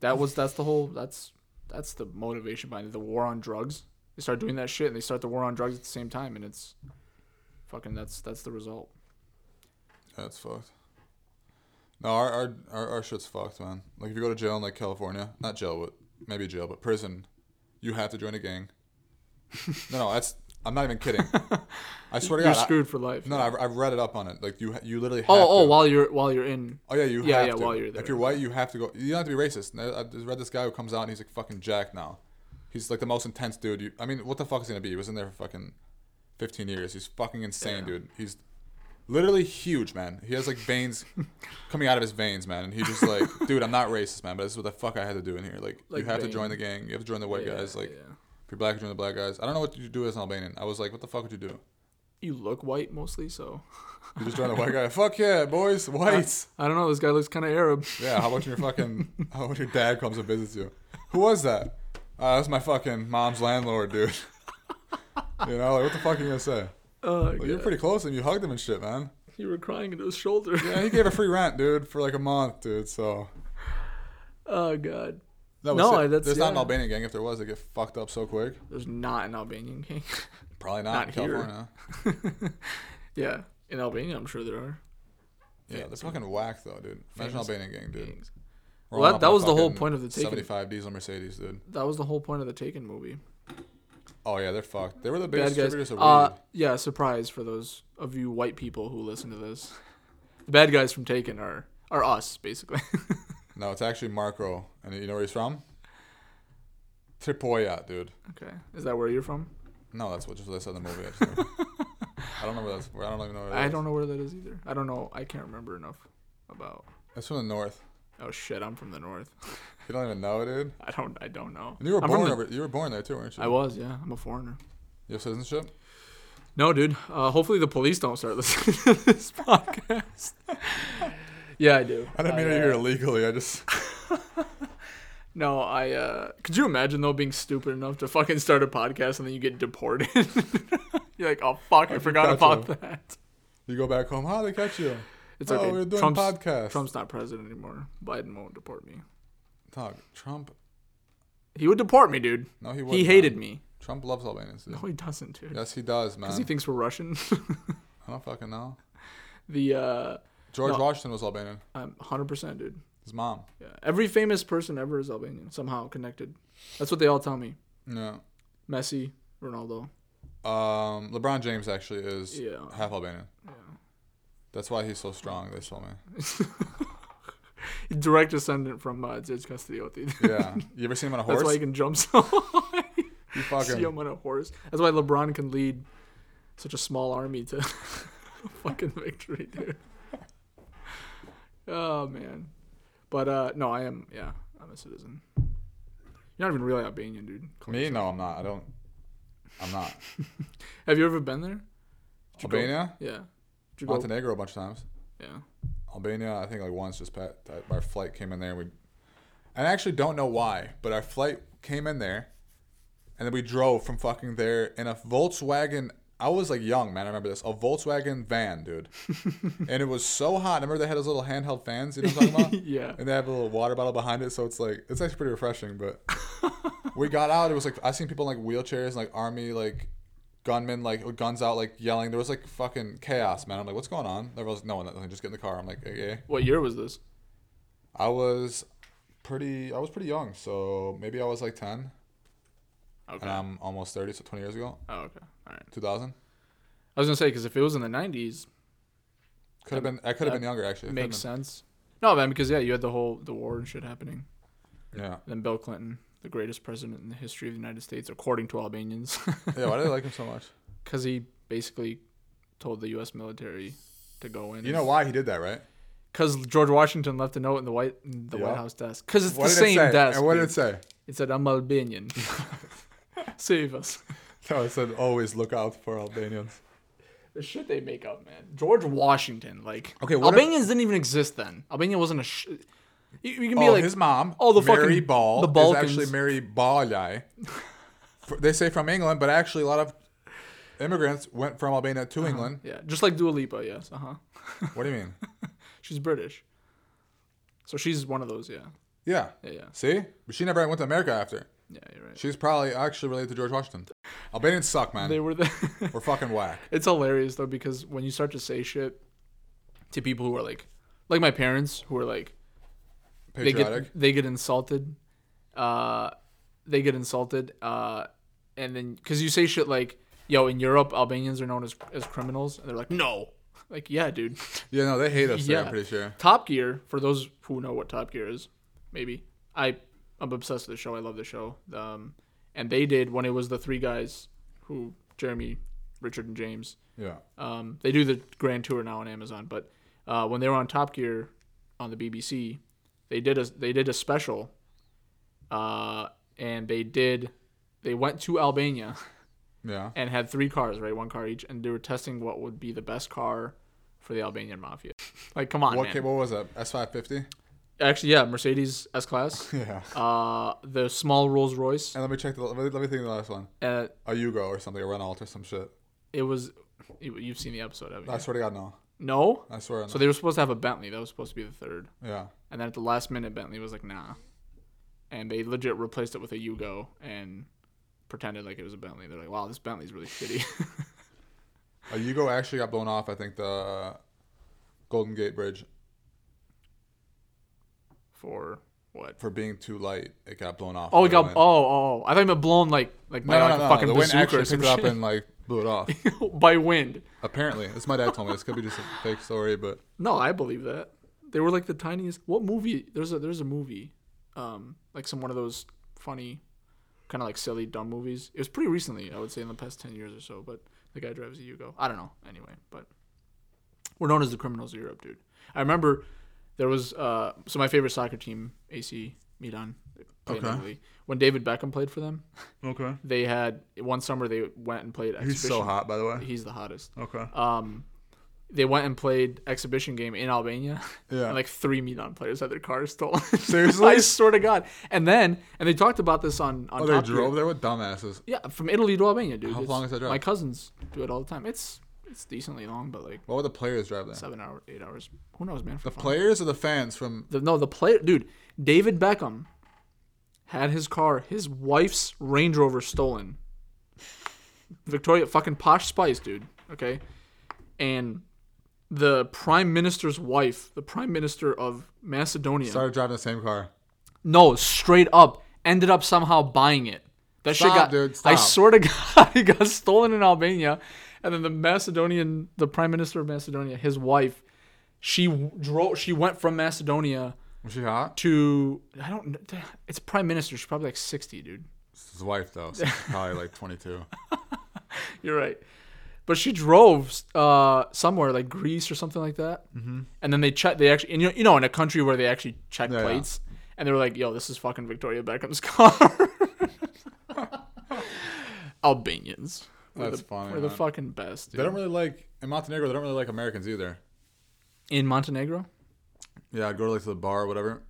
Speaker 1: that was that's the whole that's that's the motivation behind it. the war on drugs. They start doing that shit and they start the war on drugs at the same time, and it's fucking that's that's the result.
Speaker 2: That's fucked. No, our, our our our shit's fucked, man. Like if you go to jail in like California, not jail, but maybe jail, but prison, you have to join a gang. no, no, that's I'm not even kidding. I swear to
Speaker 1: You're
Speaker 2: God. I-
Speaker 1: screwed for life.
Speaker 2: no, I've, I've read it up on it. Like you ha- you literally. Have
Speaker 1: oh, oh,
Speaker 2: to.
Speaker 1: while you're while you're in,
Speaker 2: Oh yeah, you
Speaker 1: Yeah,
Speaker 2: have
Speaker 1: yeah,
Speaker 2: to.
Speaker 1: while you're there.
Speaker 2: If you're white, you have to go. You don't have to be racist. And I I just read this guy who comes out and he's like fucking Jack now. He's like the most intense dude. You, I mean, what the fuck is he gonna be? He was in there for fucking 15 years. He's fucking insane,
Speaker 1: Yeah.
Speaker 2: dude. He's literally huge, man. He has like veins coming out of his veins, man. And he just like, dude, I'm not racist, man, but this is what the fuck I had to do in here. Like,
Speaker 1: Like
Speaker 2: you have
Speaker 1: vein.
Speaker 2: to join the gang. You have to join the white
Speaker 1: Yeah,
Speaker 2: guys. Like,
Speaker 1: yeah.
Speaker 2: if you're black, you join the black guys. I don't know what you do as an Albanian. I was like, what the fuck would you do?
Speaker 1: you look white mostly, so
Speaker 2: You just join the white guy. Fuck yeah, boys, whites.
Speaker 1: I don't know. This guy looks kind of Arab.
Speaker 2: Yeah, how about your fucking how about your dad comes and visits you? Who was that? Uh, that's my fucking mom's landlord, dude. you know, like what the fuck are you gonna say?
Speaker 1: Uh,
Speaker 2: Like, you're pretty close to him. You hugged him and shit, man.
Speaker 1: You were crying into his shoulder.
Speaker 2: Yeah, he gave a free rent, dude, for like a month, dude. So
Speaker 1: Oh god.
Speaker 2: that
Speaker 1: No,
Speaker 2: it.
Speaker 1: that's-
Speaker 2: there's not an
Speaker 1: yeah.
Speaker 2: Albanian gang. If there was, they get fucked up so quick.
Speaker 1: There's not an Albanian king.
Speaker 2: Probably not,
Speaker 1: Not
Speaker 2: in
Speaker 1: here.
Speaker 2: California.
Speaker 1: yeah. In Albania I'm sure there are.
Speaker 2: Yeah,
Speaker 1: Yeah,
Speaker 2: they're
Speaker 1: so-
Speaker 2: fucking whack though, dude. Imagine
Speaker 1: Famous
Speaker 2: Albanian gang, dude.
Speaker 1: gangs.
Speaker 2: Rolling
Speaker 1: Well, that-
Speaker 2: up
Speaker 1: that
Speaker 2: in a
Speaker 1: was the whole
Speaker 2: fucking
Speaker 1: point of the Taken.
Speaker 2: 75 diesel Mercedes, dude.
Speaker 1: That was the whole point of the Taken movie.
Speaker 2: Oh yeah, they're fucked. They were the
Speaker 1: Bad
Speaker 2: biggest
Speaker 1: guys.
Speaker 2: distributors of weed.
Speaker 1: Uh, yeah, surprise for those of you white people who listen to this. The bad guys from Taken are are us basically.
Speaker 2: No, it's actually Marco, and you know where he's from? Tripoya, dude.
Speaker 1: okay. Is that where you're from?
Speaker 2: No, that's what just what they said in the movie. I, just never- I don't know where that's. I don't even know. Where that
Speaker 1: I
Speaker 2: is.
Speaker 1: don't know where that is either. I don't know. I can't remember enough about
Speaker 2: It's from the north.
Speaker 1: Oh shit, I'm from the north.
Speaker 2: You don't even know, dude.
Speaker 1: I don't I don't know.
Speaker 2: And you were
Speaker 1: I'm from
Speaker 2: born
Speaker 1: the-
Speaker 2: over. You were born there too, weren't you?
Speaker 1: I was, yeah. I'm a foreigner.
Speaker 2: You have citizenship.
Speaker 1: No, dude. Uh, hopefully the police don't start listening to this podcast. yeah, I do.
Speaker 2: I didn't mean
Speaker 1: uh,
Speaker 2: to hear illegally. I just.
Speaker 1: No, I. Uh, could you imagine though being stupid enough to fucking start a podcast and then you get deported? You're like, oh fuck, I
Speaker 2: How'd you
Speaker 1: forgot
Speaker 2: catch
Speaker 1: about that.
Speaker 2: You go back home. How would they catch you?
Speaker 1: It's
Speaker 2: oh,
Speaker 1: okay.
Speaker 2: we we're doing
Speaker 1: Trump's,
Speaker 2: podcast.
Speaker 1: Trump's not president anymore. Biden won't deport me.
Speaker 2: Dog, Trump.
Speaker 1: He would deport me, dude.
Speaker 2: No, he. would
Speaker 1: He
Speaker 2: not.
Speaker 1: hated me.
Speaker 2: Trump loves Albanians. Dude.
Speaker 1: No, he doesn't, dude.
Speaker 2: Yes, he does, man.
Speaker 1: Because he thinks we're Russian.
Speaker 2: I don't fucking know.
Speaker 1: the uh,
Speaker 2: George
Speaker 1: No.
Speaker 2: Washington was Albanian.
Speaker 1: I'm 100%, dude.
Speaker 2: His mom.
Speaker 1: Yeah. Every famous person ever is Albanian, somehow connected. That's what they all tell me.
Speaker 2: No.
Speaker 1: Messi, Ronaldo.
Speaker 2: Um, LeBron James actually is
Speaker 1: Yeah.
Speaker 2: half Albanian.
Speaker 1: Yeah.
Speaker 2: That's why he's so strong. They told me.
Speaker 1: direct descendant from uh, Ziz Castiglioti.
Speaker 2: Yeah. You ever seen him on a horse?
Speaker 1: That's why he can jump so high.
Speaker 2: you
Speaker 1: See
Speaker 2: fucking.
Speaker 1: him on a horse. That's why LeBron can lead such a small army to fucking victory, dude. Oh man, but uh, no, I am. Yeah, I'm a citizen. You're not even really Albanian, dude. Call
Speaker 2: Me?
Speaker 1: yourself-
Speaker 2: No, I'm not. I don't. I'm not.
Speaker 1: Have you ever been there? Did you go-
Speaker 2: Albania,
Speaker 1: Yeah. Did you go-
Speaker 2: Montenegro a bunch of times.
Speaker 1: Yeah.
Speaker 2: Albania, I think like once just pat, our flight came in there. And we, and I actually don't know why, but our flight came in there, and then we drove from fucking there in a Volkswagen. I was like young man. I remember this a Volkswagen van, dude, and it was so hot. I remember they had those little handheld fans. You know what I'm talking about?
Speaker 1: Yeah.
Speaker 2: And they have a little water bottle behind it, so it's like it's actually pretty refreshing. But we got out. It was like I seen people in like wheelchairs, and, like army, like gunmen, like with guns out, like yelling. There was like fucking chaos, man. I'm like, what's going on? Everyone's like, no one, nothing. Just get in the car. I'm like, okay.
Speaker 1: What year was this?
Speaker 2: I was pretty. I was pretty young, so maybe I was like ten,
Speaker 1: Okay.
Speaker 2: and I'm almost thirty, so twenty years ago,
Speaker 1: oh, okay. All right.
Speaker 2: two thousand.
Speaker 1: I was gonna say because if it was in the '90s,
Speaker 2: Could have been. I could have been younger actually. It could've
Speaker 1: makes sense. No, man, because yeah, you had the whole the war and shit happening.
Speaker 2: been- Yeah.
Speaker 1: Then Bill Clinton, the greatest president in the history of the United States, according to Albanians,
Speaker 2: Yeah. Why did I like him so much?
Speaker 1: because he basically told the U.S. military to go in.
Speaker 2: You know why he did that, right?
Speaker 1: because George Washington left a note in the White in the White
Speaker 2: Yeah.
Speaker 1: House desk because it's
Speaker 2: What
Speaker 1: the
Speaker 2: did
Speaker 1: same
Speaker 2: it say?
Speaker 1: desk.
Speaker 2: And what did
Speaker 1: dude.
Speaker 2: it say?
Speaker 1: It said, "I'm Albanian. Save us."
Speaker 2: No, it said always look out for Albanians.
Speaker 1: The shit they make up, man. George Washington, like
Speaker 2: Okay, what if-
Speaker 1: Albanians didn't even exist then. Albania wasn't a. Sh- you, you can be
Speaker 2: oh,
Speaker 1: like
Speaker 2: his mom.
Speaker 1: oh, the
Speaker 2: Mary
Speaker 1: fucking-
Speaker 2: Ball.
Speaker 1: the
Speaker 2: is
Speaker 1: Balkans.
Speaker 2: actually Mary Balli. F- they say from England, but actually a lot of immigrants went from Albania
Speaker 1: Uh-huh.
Speaker 2: to England.
Speaker 1: yeah, just like Dua Lipa, yes, uh huh.
Speaker 2: What do you mean?
Speaker 1: She's British, so she's one of those, yeah,
Speaker 2: Yeah.
Speaker 1: yeah, yeah,
Speaker 2: See, but she never went to America after.
Speaker 1: yeah. You're right.
Speaker 2: She's probably actually related to George Washington. Albanians suck, man.
Speaker 1: They were the.
Speaker 2: We're fucking whack.
Speaker 1: it's hilarious though because when you start to say shit to people who are like, like my parents who are like, they
Speaker 2: Patriotic.
Speaker 1: get they get insulted uh they get insulted uh and then because you say shit like yo in europe albanians are known as as criminals and they're like no like yeah dude
Speaker 2: yeah, no, they hate us. Yeah,
Speaker 1: Yeah.
Speaker 2: I'm pretty sure.
Speaker 1: top gear for those who know what top gear is maybe i i'm obsessed with the show i love the show um and they did when it was the three guys who jeremy richard and james
Speaker 2: Yeah.
Speaker 1: um, they do the grand tour now on Amazon, but uh, when they were on Top Gear on the BBC, they did a they did a special, uh, and they did they went to Albania
Speaker 2: Yeah.
Speaker 1: and had three cars, right, one car each, and they were testing what would be the best car for the Albanian mafia. Like, come on,
Speaker 2: What,
Speaker 1: man.
Speaker 2: ca- what was that? S550?
Speaker 1: Actually, yeah, Mercedes S Class,
Speaker 2: Yeah.
Speaker 1: uh, the small Rolls Royce.
Speaker 2: And let me check the, let me, let me think of the last one.
Speaker 1: Uh,
Speaker 2: A Yugo or something, a Renault or some shit.
Speaker 1: it was you- you've seen the episode, haven't you?
Speaker 2: I swear to God, no.
Speaker 1: no.
Speaker 2: I swear. No.
Speaker 1: So they were supposed to have a Bentley. That was supposed to be the third.
Speaker 2: yeah.
Speaker 1: And then at the last minute, Bentley was like, nah. And they legit replaced it with a Yugo and pretended like it was a Bentley. They're like, wow, this Bentley's really shitty.
Speaker 2: A Uh, Yugo actually got blown off, I think, the uh, Golden Gate Bridge
Speaker 1: For what?
Speaker 2: for being too light. It got blown off.
Speaker 1: Oh,
Speaker 2: by
Speaker 1: it
Speaker 2: the
Speaker 1: got.
Speaker 2: wind.
Speaker 1: Oh, oh, oh. I thought it meant blown like like by
Speaker 2: no,
Speaker 1: like
Speaker 2: no,
Speaker 1: a
Speaker 2: no, no.
Speaker 1: fucking
Speaker 2: The wind
Speaker 1: bazooka or
Speaker 2: actually
Speaker 1: some
Speaker 2: picked it up
Speaker 1: shit.
Speaker 2: and like blew it off.
Speaker 1: by wind.
Speaker 2: Apparently, this is my dad told me. This could be just a fake story, but
Speaker 1: No, I believe that. They were like the tiniest. What movie? There's a there's a movie, um, like some one of those funny, kind of like silly dumb movies. It was pretty recently, I would say, in the past ten years or so. But the guy drives a Yugo. I don't know. Anyway, but we're known as the criminals of Europe, dude. I remember there was uh, so my favorite soccer team, AC Milan, they played in
Speaker 2: Okay.
Speaker 1: Italy. when David Beckham played for them,
Speaker 2: okay.
Speaker 1: they had one summer they went and played.
Speaker 2: He's so
Speaker 1: exhibition-
Speaker 2: hot, by the way.
Speaker 1: He's the hottest
Speaker 2: Okay.
Speaker 1: um, they went and played exhibition game in Albania.
Speaker 2: Yeah.
Speaker 1: And like three Milan players had their cars stolen.
Speaker 2: Seriously?
Speaker 1: I swear to God. And then and they talked about this on on
Speaker 2: Oh,
Speaker 1: Top
Speaker 2: they
Speaker 1: Gear.
Speaker 2: drove there with dumbasses.
Speaker 1: Yeah, from Italy to Albania, dude.
Speaker 2: How
Speaker 1: It's-
Speaker 2: long is that drive?
Speaker 1: My cousins do it all the time. It's it's decently long, but like
Speaker 2: What would the players drive there?
Speaker 1: seven hours, eight hours. Who knows, man? For
Speaker 2: The
Speaker 1: fun.
Speaker 2: players or the fans from?
Speaker 1: The- no, the player, dude. David Beckham had his car, his wife's Range Rover stolen. Victoria fucking posh spice, dude. Okay, and the prime minister's wife, the prime minister of Macedonia.
Speaker 2: Started driving the same car.
Speaker 1: No, straight up, ended up somehow buying it. That shit
Speaker 2: Stop,
Speaker 1: got.
Speaker 2: dude,
Speaker 1: I
Speaker 2: stop.
Speaker 1: swear to God, it got stolen in Albania, and then the Macedonian, the prime minister of Macedonia, his wife, she w- drove. She went from Macedonia
Speaker 2: Was she hot?
Speaker 1: to I don't. kn- It's prime minister. She's probably like sixty, dude.
Speaker 2: It's his wife though. So she's probably like 22.
Speaker 1: You're right. But she drove uh, somewhere like Greece or something like that, mm-hmm. and then they check. They actually, and you know, you know, in a country where they actually check
Speaker 2: Yeah, yeah.
Speaker 1: plates, and they were like, "Yo, this is fucking Victoria Beckham's car." Albanians. We're
Speaker 2: That's
Speaker 1: the,
Speaker 2: funny,
Speaker 1: We're the
Speaker 2: man.
Speaker 1: fucking best.
Speaker 2: They
Speaker 1: Dude.
Speaker 2: don't really like in Montenegro. They don't really like Americans either.
Speaker 1: In Montenegro,
Speaker 2: Yeah, I'd go like to the bar or whatever,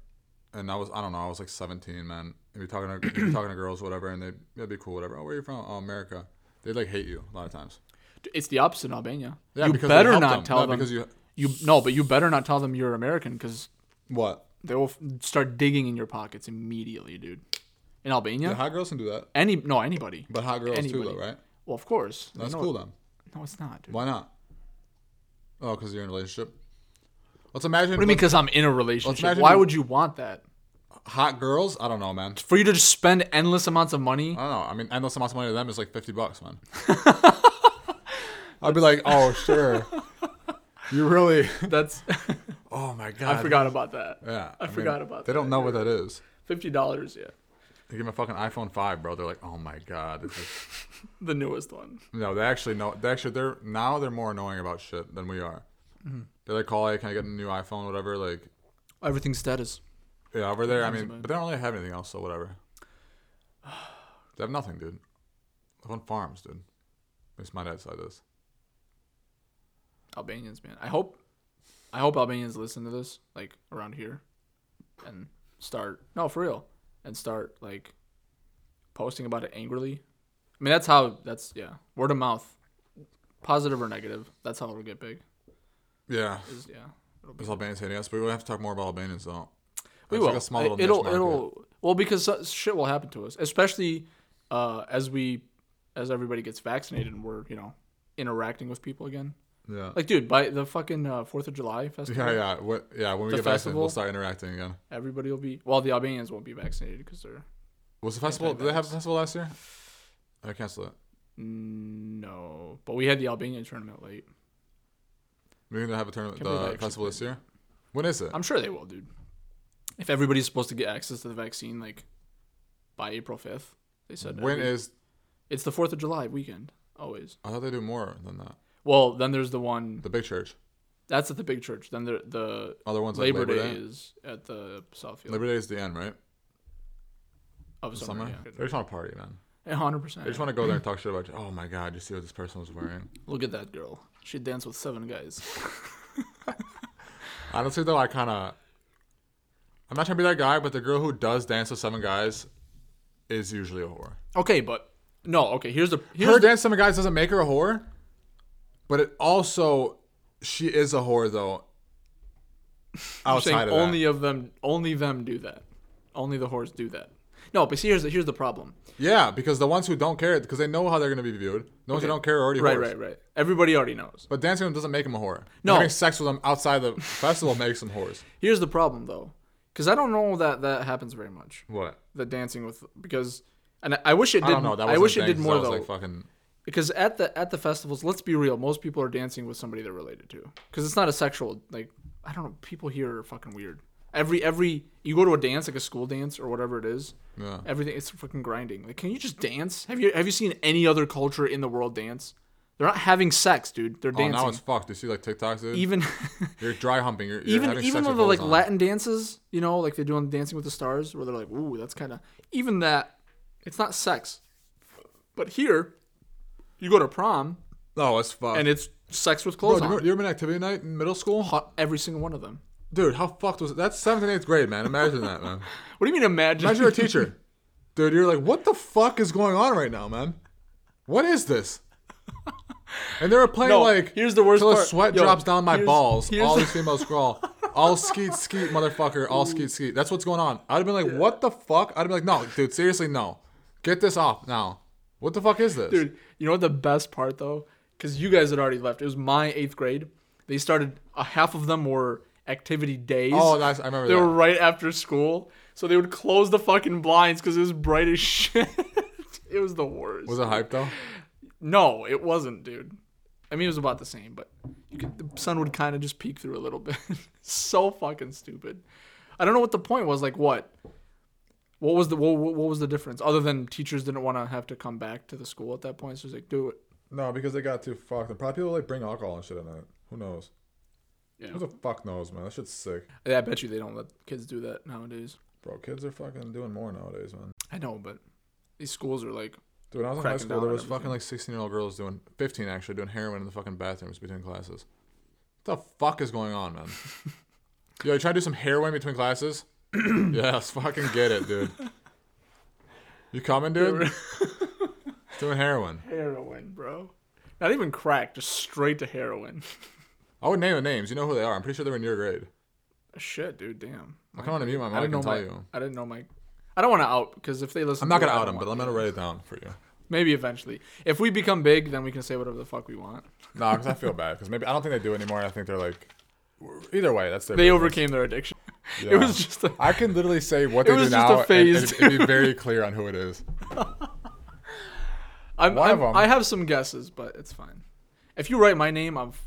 Speaker 2: and I was I don't know. I was like 17, man. And be talking to you'd be talking to girls, whatever, and they would be cool, whatever. Oh, where are you from? Oh, America. They like hate you a lot of times.
Speaker 1: D- it's the opposite in Albania.
Speaker 2: Yeah,
Speaker 1: you
Speaker 2: because they
Speaker 1: better
Speaker 2: help
Speaker 1: not
Speaker 2: them.
Speaker 1: tell
Speaker 2: Not
Speaker 1: them.
Speaker 2: because you
Speaker 1: you no, but you better not tell them you're American because
Speaker 2: what
Speaker 1: they will f- start digging in your pockets immediately, dude. In Albania,
Speaker 2: yeah, hot girls can do that,
Speaker 1: any no anybody.
Speaker 2: but hot girls too
Speaker 1: Anybody.
Speaker 2: though, right?
Speaker 1: Well, of course. They
Speaker 2: That's
Speaker 1: know-
Speaker 2: cool then.
Speaker 1: No, it's not, dude.
Speaker 2: Why not? Oh, because you're in a relationship. Let's imagine.
Speaker 1: What do you mean? Because I'm in a relationship.
Speaker 2: imagine
Speaker 1: Why
Speaker 2: you-
Speaker 1: would you want that?
Speaker 2: hot girls. I don't know, man.
Speaker 1: For you to just spend endless amounts of money.
Speaker 2: I don't know. I mean, endless amounts of money to them is like fifty bucks, man. I'd be like, oh sure. You really?
Speaker 1: That's
Speaker 2: Oh my god.
Speaker 1: I forgot about that.
Speaker 2: Yeah,
Speaker 1: I forgot about
Speaker 2: They
Speaker 1: that,
Speaker 2: don't know what that is.
Speaker 1: Fifty dollars, yeah,
Speaker 2: They give them a fucking iPhone five, bro. They're like, oh my god. This is...
Speaker 1: the newest one.
Speaker 2: No, they actually know. They actually, they're now they're more annoying about shit than we are.
Speaker 1: Mm-hmm.
Speaker 2: They like call, hey, can I get a new iPhone, whatever. Like,
Speaker 1: Everything's status.
Speaker 2: yeah, over there. I
Speaker 1: Sounds
Speaker 2: mean,
Speaker 1: about-
Speaker 2: but they don't really have anything else, so whatever. They have nothing, dude. They live on farms, dude. At least my dad side does.
Speaker 1: Albanians, man. I hope, I hope Albanians listen to this like around here, and start no for real, and start like posting about it angrily. I mean that's how that's yeah word of mouth, positive or negative. That's how it'll get big.
Speaker 2: Yeah,
Speaker 1: Is yeah. It'll be,
Speaker 2: there's Albanians hating us, but we have to talk more about Albanians though.
Speaker 1: we
Speaker 2: It's
Speaker 1: will.
Speaker 2: Like a small little
Speaker 1: it, will
Speaker 2: niche market.
Speaker 1: it'll well because so- shit will happen to us, especially uh, as we as everybody gets vaccinated and we're you know interacting with people again.
Speaker 2: Yeah.
Speaker 1: Like, dude, by the fucking uh, Fourth of July festival,
Speaker 2: yeah, yeah, what, yeah. When we
Speaker 1: The
Speaker 2: get back,
Speaker 1: festival?
Speaker 2: we'll start interacting again.
Speaker 1: everybody will be. Well, the Albanians won't be vaccinated because they're
Speaker 2: Was the festival? Did they have the festival last year? I canceled it.
Speaker 1: no. But we had the Albanian tournament late.
Speaker 2: We need to have a tournament,
Speaker 1: Can't believe I
Speaker 2: the
Speaker 1: actually
Speaker 2: festival this year. When is it?
Speaker 1: I'm sure they will, dude. If everybody's supposed to get access to the vaccine, like by April fifth, they said.
Speaker 2: When
Speaker 1: every-
Speaker 2: is?
Speaker 1: it's the Fourth of July weekend? Always.
Speaker 2: I thought they do more than that.
Speaker 1: Well, then there's the one
Speaker 2: The big church.
Speaker 1: that's at the big church. Then the the
Speaker 2: Other ones
Speaker 1: Labor,
Speaker 2: like
Speaker 1: Day,
Speaker 2: Labor Day.
Speaker 1: is at the Southfield
Speaker 2: Labor Day is the end, right?
Speaker 1: of
Speaker 2: The
Speaker 1: summer.
Speaker 2: summer. They just want to party, man.
Speaker 1: Yeah, hundred
Speaker 2: They just
Speaker 1: percent.
Speaker 2: want to go there and talk shit about you. Oh my god, you see what this person was wearing?
Speaker 1: Look at that girl. She danced with seven guys.
Speaker 2: Honestly, though, I kind of. I'm not trying to be that guy, but the girl who does dance with seven guys is usually a whore.
Speaker 1: Okay, but no. Okay, here's the
Speaker 2: Her
Speaker 1: here's the,
Speaker 2: dance with seven guys doesn't make her a whore, but it also she is a whore though.
Speaker 1: I'm saying
Speaker 2: Outside of
Speaker 1: only of them, only them do that. Only the whores do that. No, but see, here's the here's the problem. Oh,
Speaker 2: that. yeah, because the ones who don't care, because they know how they're gonna be viewed. The ones who
Speaker 1: Okay.
Speaker 2: don't care are already
Speaker 1: Right,
Speaker 2: whores.
Speaker 1: right, right. Everybody already knows.
Speaker 2: But dancing with them doesn't make them a whore.
Speaker 1: No.
Speaker 2: Having sex with them outside the festival makes them whores.
Speaker 1: Here's the problem though, because I don't know that that happens very much.
Speaker 2: What?
Speaker 1: The dancing with because, and I, I wish it
Speaker 2: I
Speaker 1: did.
Speaker 2: don't know. That
Speaker 1: I
Speaker 2: wasn't
Speaker 1: wish
Speaker 2: a
Speaker 1: it
Speaker 2: thing,
Speaker 1: did
Speaker 2: 'cause
Speaker 1: more
Speaker 2: I was
Speaker 1: though,
Speaker 2: Like fucking,
Speaker 1: because at the at the festivals, let's be real, most people are dancing with somebody they're related to. Because it's not a sexual like I don't know. People here are fucking weird. Every every you go to a dance like a school dance or whatever it is,
Speaker 2: yeah.
Speaker 1: Everything it's fucking grinding. Like, can you just dance? Have you have you seen any other culture in the world dance? They're not having sex, dude. They're
Speaker 2: Oh,
Speaker 1: dancing.
Speaker 2: now it's fucked. You see like TikToks, dude.
Speaker 1: even
Speaker 2: you're dry humping. You're, you're
Speaker 1: even
Speaker 2: having sex
Speaker 1: even though
Speaker 2: with
Speaker 1: the like
Speaker 2: clothes on.
Speaker 1: Latin dances, you know, like they do on Dancing with the Stars, where they're like, ooh, that's kind of even that. It's not sex, but here, you go to prom
Speaker 2: No, Oh, it's fucked.
Speaker 1: and it's sex with
Speaker 2: Bro,
Speaker 1: clothes
Speaker 2: do you
Speaker 1: on.
Speaker 2: remember, do you remember an activity night in middle school?
Speaker 1: Hot- every single one of them.
Speaker 2: Dude, how fucked was it? That's seventh and eighth grade, man. Imagine that, man.
Speaker 1: What do you mean? Imagine?
Speaker 2: Imagine you're a teacher. Dude, you're like, what the fuck is going on right now, man? What is this? And they were playing
Speaker 1: No,
Speaker 2: like
Speaker 1: here's the worst
Speaker 2: till
Speaker 1: part.
Speaker 2: sweat
Speaker 1: Yo,
Speaker 2: drops down my
Speaker 1: here's-
Speaker 2: balls.
Speaker 1: here's
Speaker 2: all
Speaker 1: the-
Speaker 2: these females crawl. All skeet skeet motherfucker. All skeet skeet. That's what's going on. I'd have been like, what the fuck? I'd have been like, no, dude, seriously, no. Get this off now. What the fuck is this?
Speaker 1: Dude, you know what the best part though? Because you guys had already left. It was my eighth grade. They started. Uh, half of them were activity days.
Speaker 2: oh, nice. I remember
Speaker 1: they
Speaker 2: that.
Speaker 1: were right after school, so they would close the fucking blinds because it was bright as shit. it was the worst.
Speaker 2: was it hype though?
Speaker 1: No, it wasn't, dude. I mean, it was about the same, but you could, the sun would kind of just peek through a little bit. so fucking stupid. I don't know what the point was. Like, what? What was the what, what what was the difference other than teachers didn't want to have to come back to the school at that point? So it's like, do it.
Speaker 2: No, because they got too fucked. And probably people like bring alcohol and shit in it. Who knows?
Speaker 1: Yeah.
Speaker 2: Who the fuck knows, man? That shit's sick.
Speaker 1: Yeah, I bet you they don't let kids do that nowadays.
Speaker 2: Bro, kids are fucking doing more nowadays, man.
Speaker 1: I know, but these schools are like,
Speaker 2: Dude, when I was in high
Speaker 1: cracking
Speaker 2: school, there
Speaker 1: down on
Speaker 2: was fucking
Speaker 1: everything.
Speaker 2: like 16 year old girls doing, 15 actually, doing heroin in the fucking bathrooms between classes. What the fuck is going on, man? Yo, you trying to do some heroin between classes? yes, fucking get it, dude. You coming, dude? doing heroin.
Speaker 1: heroin, bro. Not even crack, just straight to heroin.
Speaker 2: I would name the names. You know who they are. I'm pretty sure they were in your grade.
Speaker 1: Shit, dude, damn.
Speaker 2: I kind of want to mute my mic
Speaker 1: I
Speaker 2: and
Speaker 1: didn't know
Speaker 2: tell
Speaker 1: my.
Speaker 2: you.
Speaker 1: I didn't know my. I don't want to out because if they listen,
Speaker 2: I'm not
Speaker 1: to
Speaker 2: going to
Speaker 1: it, I
Speaker 2: out
Speaker 1: don't
Speaker 2: them, but I'm
Speaker 1: want
Speaker 2: going to write it down for you.
Speaker 1: Maybe eventually, if we become big, then we can say whatever the fuck we want.
Speaker 2: Nah, because I feel bad. Because maybe I don't think they do anymore. I think they're like, either way, that's their.
Speaker 1: They overcame their addiction. It was just a,
Speaker 2: I can literally say what
Speaker 1: It
Speaker 2: they do
Speaker 1: was just a
Speaker 2: now, and-
Speaker 1: phase,
Speaker 2: and, it'd be very clear on who it is.
Speaker 1: I'm,
Speaker 2: One of
Speaker 1: I'm-
Speaker 2: 'em.
Speaker 1: I have some guesses, but it's fine. If you write my name, I'm.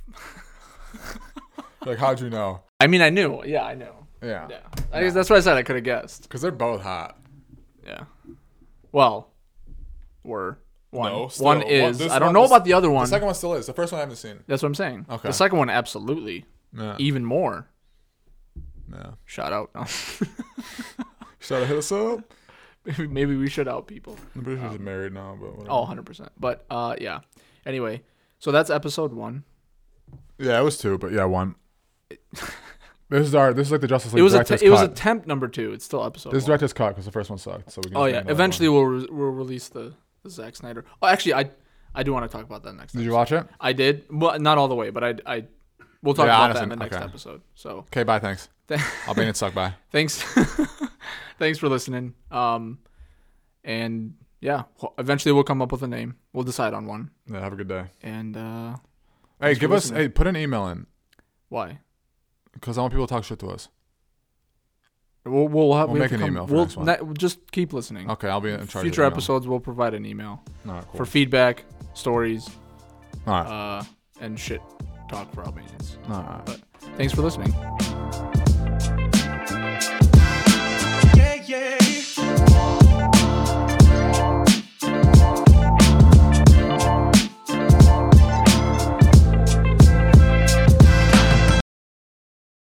Speaker 2: Like, how'd you know?
Speaker 1: I mean, I knew. Yeah, I knew.
Speaker 2: Yeah,
Speaker 1: Yeah, I guess that's what I said. I could have guessed.
Speaker 2: because they're both hot.
Speaker 1: Yeah. Well, were one.
Speaker 2: No, still,
Speaker 1: one
Speaker 2: one-
Speaker 1: is.
Speaker 2: this
Speaker 1: I don't
Speaker 2: one-
Speaker 1: know
Speaker 2: this-
Speaker 1: about the other one.
Speaker 2: The second one still is. The first one I haven't seen.
Speaker 1: that's what I'm saying.
Speaker 2: Okay.
Speaker 1: The second one, absolutely,
Speaker 2: Yeah,
Speaker 1: even more.
Speaker 2: yeah.
Speaker 1: Shout out. No.
Speaker 2: Should I hit us up? Um,
Speaker 1: Maybe we should out people.
Speaker 2: I'm pretty sure she's married now, but whatever.
Speaker 1: Oh, 100%. But uh, yeah. Anyway, so that's episode one.
Speaker 2: yeah, it was two, but yeah, one. this is our. This is like the Justice League.
Speaker 1: It was a
Speaker 2: director's
Speaker 1: it was
Speaker 2: cut.
Speaker 1: attempt number two. It's still episode
Speaker 2: this is
Speaker 1: one.
Speaker 2: director's cut because the first one sucked. So we can
Speaker 1: Oh
Speaker 2: just
Speaker 1: yeah.
Speaker 2: name that
Speaker 1: Eventually we'll re- we'll release the, the Zack Snyder. Oh, actually, I I do want to talk about that next.
Speaker 2: one. Did
Speaker 1: episode.
Speaker 2: you watch it?
Speaker 1: I did, well, not all the way, but I I we'll talk
Speaker 2: Yeah,
Speaker 1: about
Speaker 2: honestly,
Speaker 1: that in the next
Speaker 2: okay.
Speaker 1: episode. So
Speaker 2: Okay, bye. Thanks.
Speaker 1: Th-
Speaker 2: I'll be in it. Suck. Bye.
Speaker 1: thanks thanks for listening. Um, and yeah, ho- eventually we'll come up with a name. We'll decide on one.
Speaker 2: Yeah, have a good day.
Speaker 1: And uh,
Speaker 2: Hey,
Speaker 1: for
Speaker 2: give us.
Speaker 1: listening.
Speaker 2: Hey, put an email in
Speaker 1: why?
Speaker 2: because I want people to talk shit to us.
Speaker 1: We'll we'll have,
Speaker 2: We'll
Speaker 1: we
Speaker 2: make
Speaker 1: have to
Speaker 2: an
Speaker 1: come-
Speaker 2: email for
Speaker 1: we'll
Speaker 2: next one.
Speaker 1: ne- we'll just keep listening.
Speaker 2: Okay, I'll be in charge.
Speaker 1: Future
Speaker 2: of the email.
Speaker 1: episodes, we'll provide an email
Speaker 2: All right, cool.
Speaker 1: for feedback, stories,
Speaker 2: All right.
Speaker 1: uh, and shit talk for Albanians.
Speaker 2: All right.
Speaker 1: Thanks for listening.
Speaker 2: All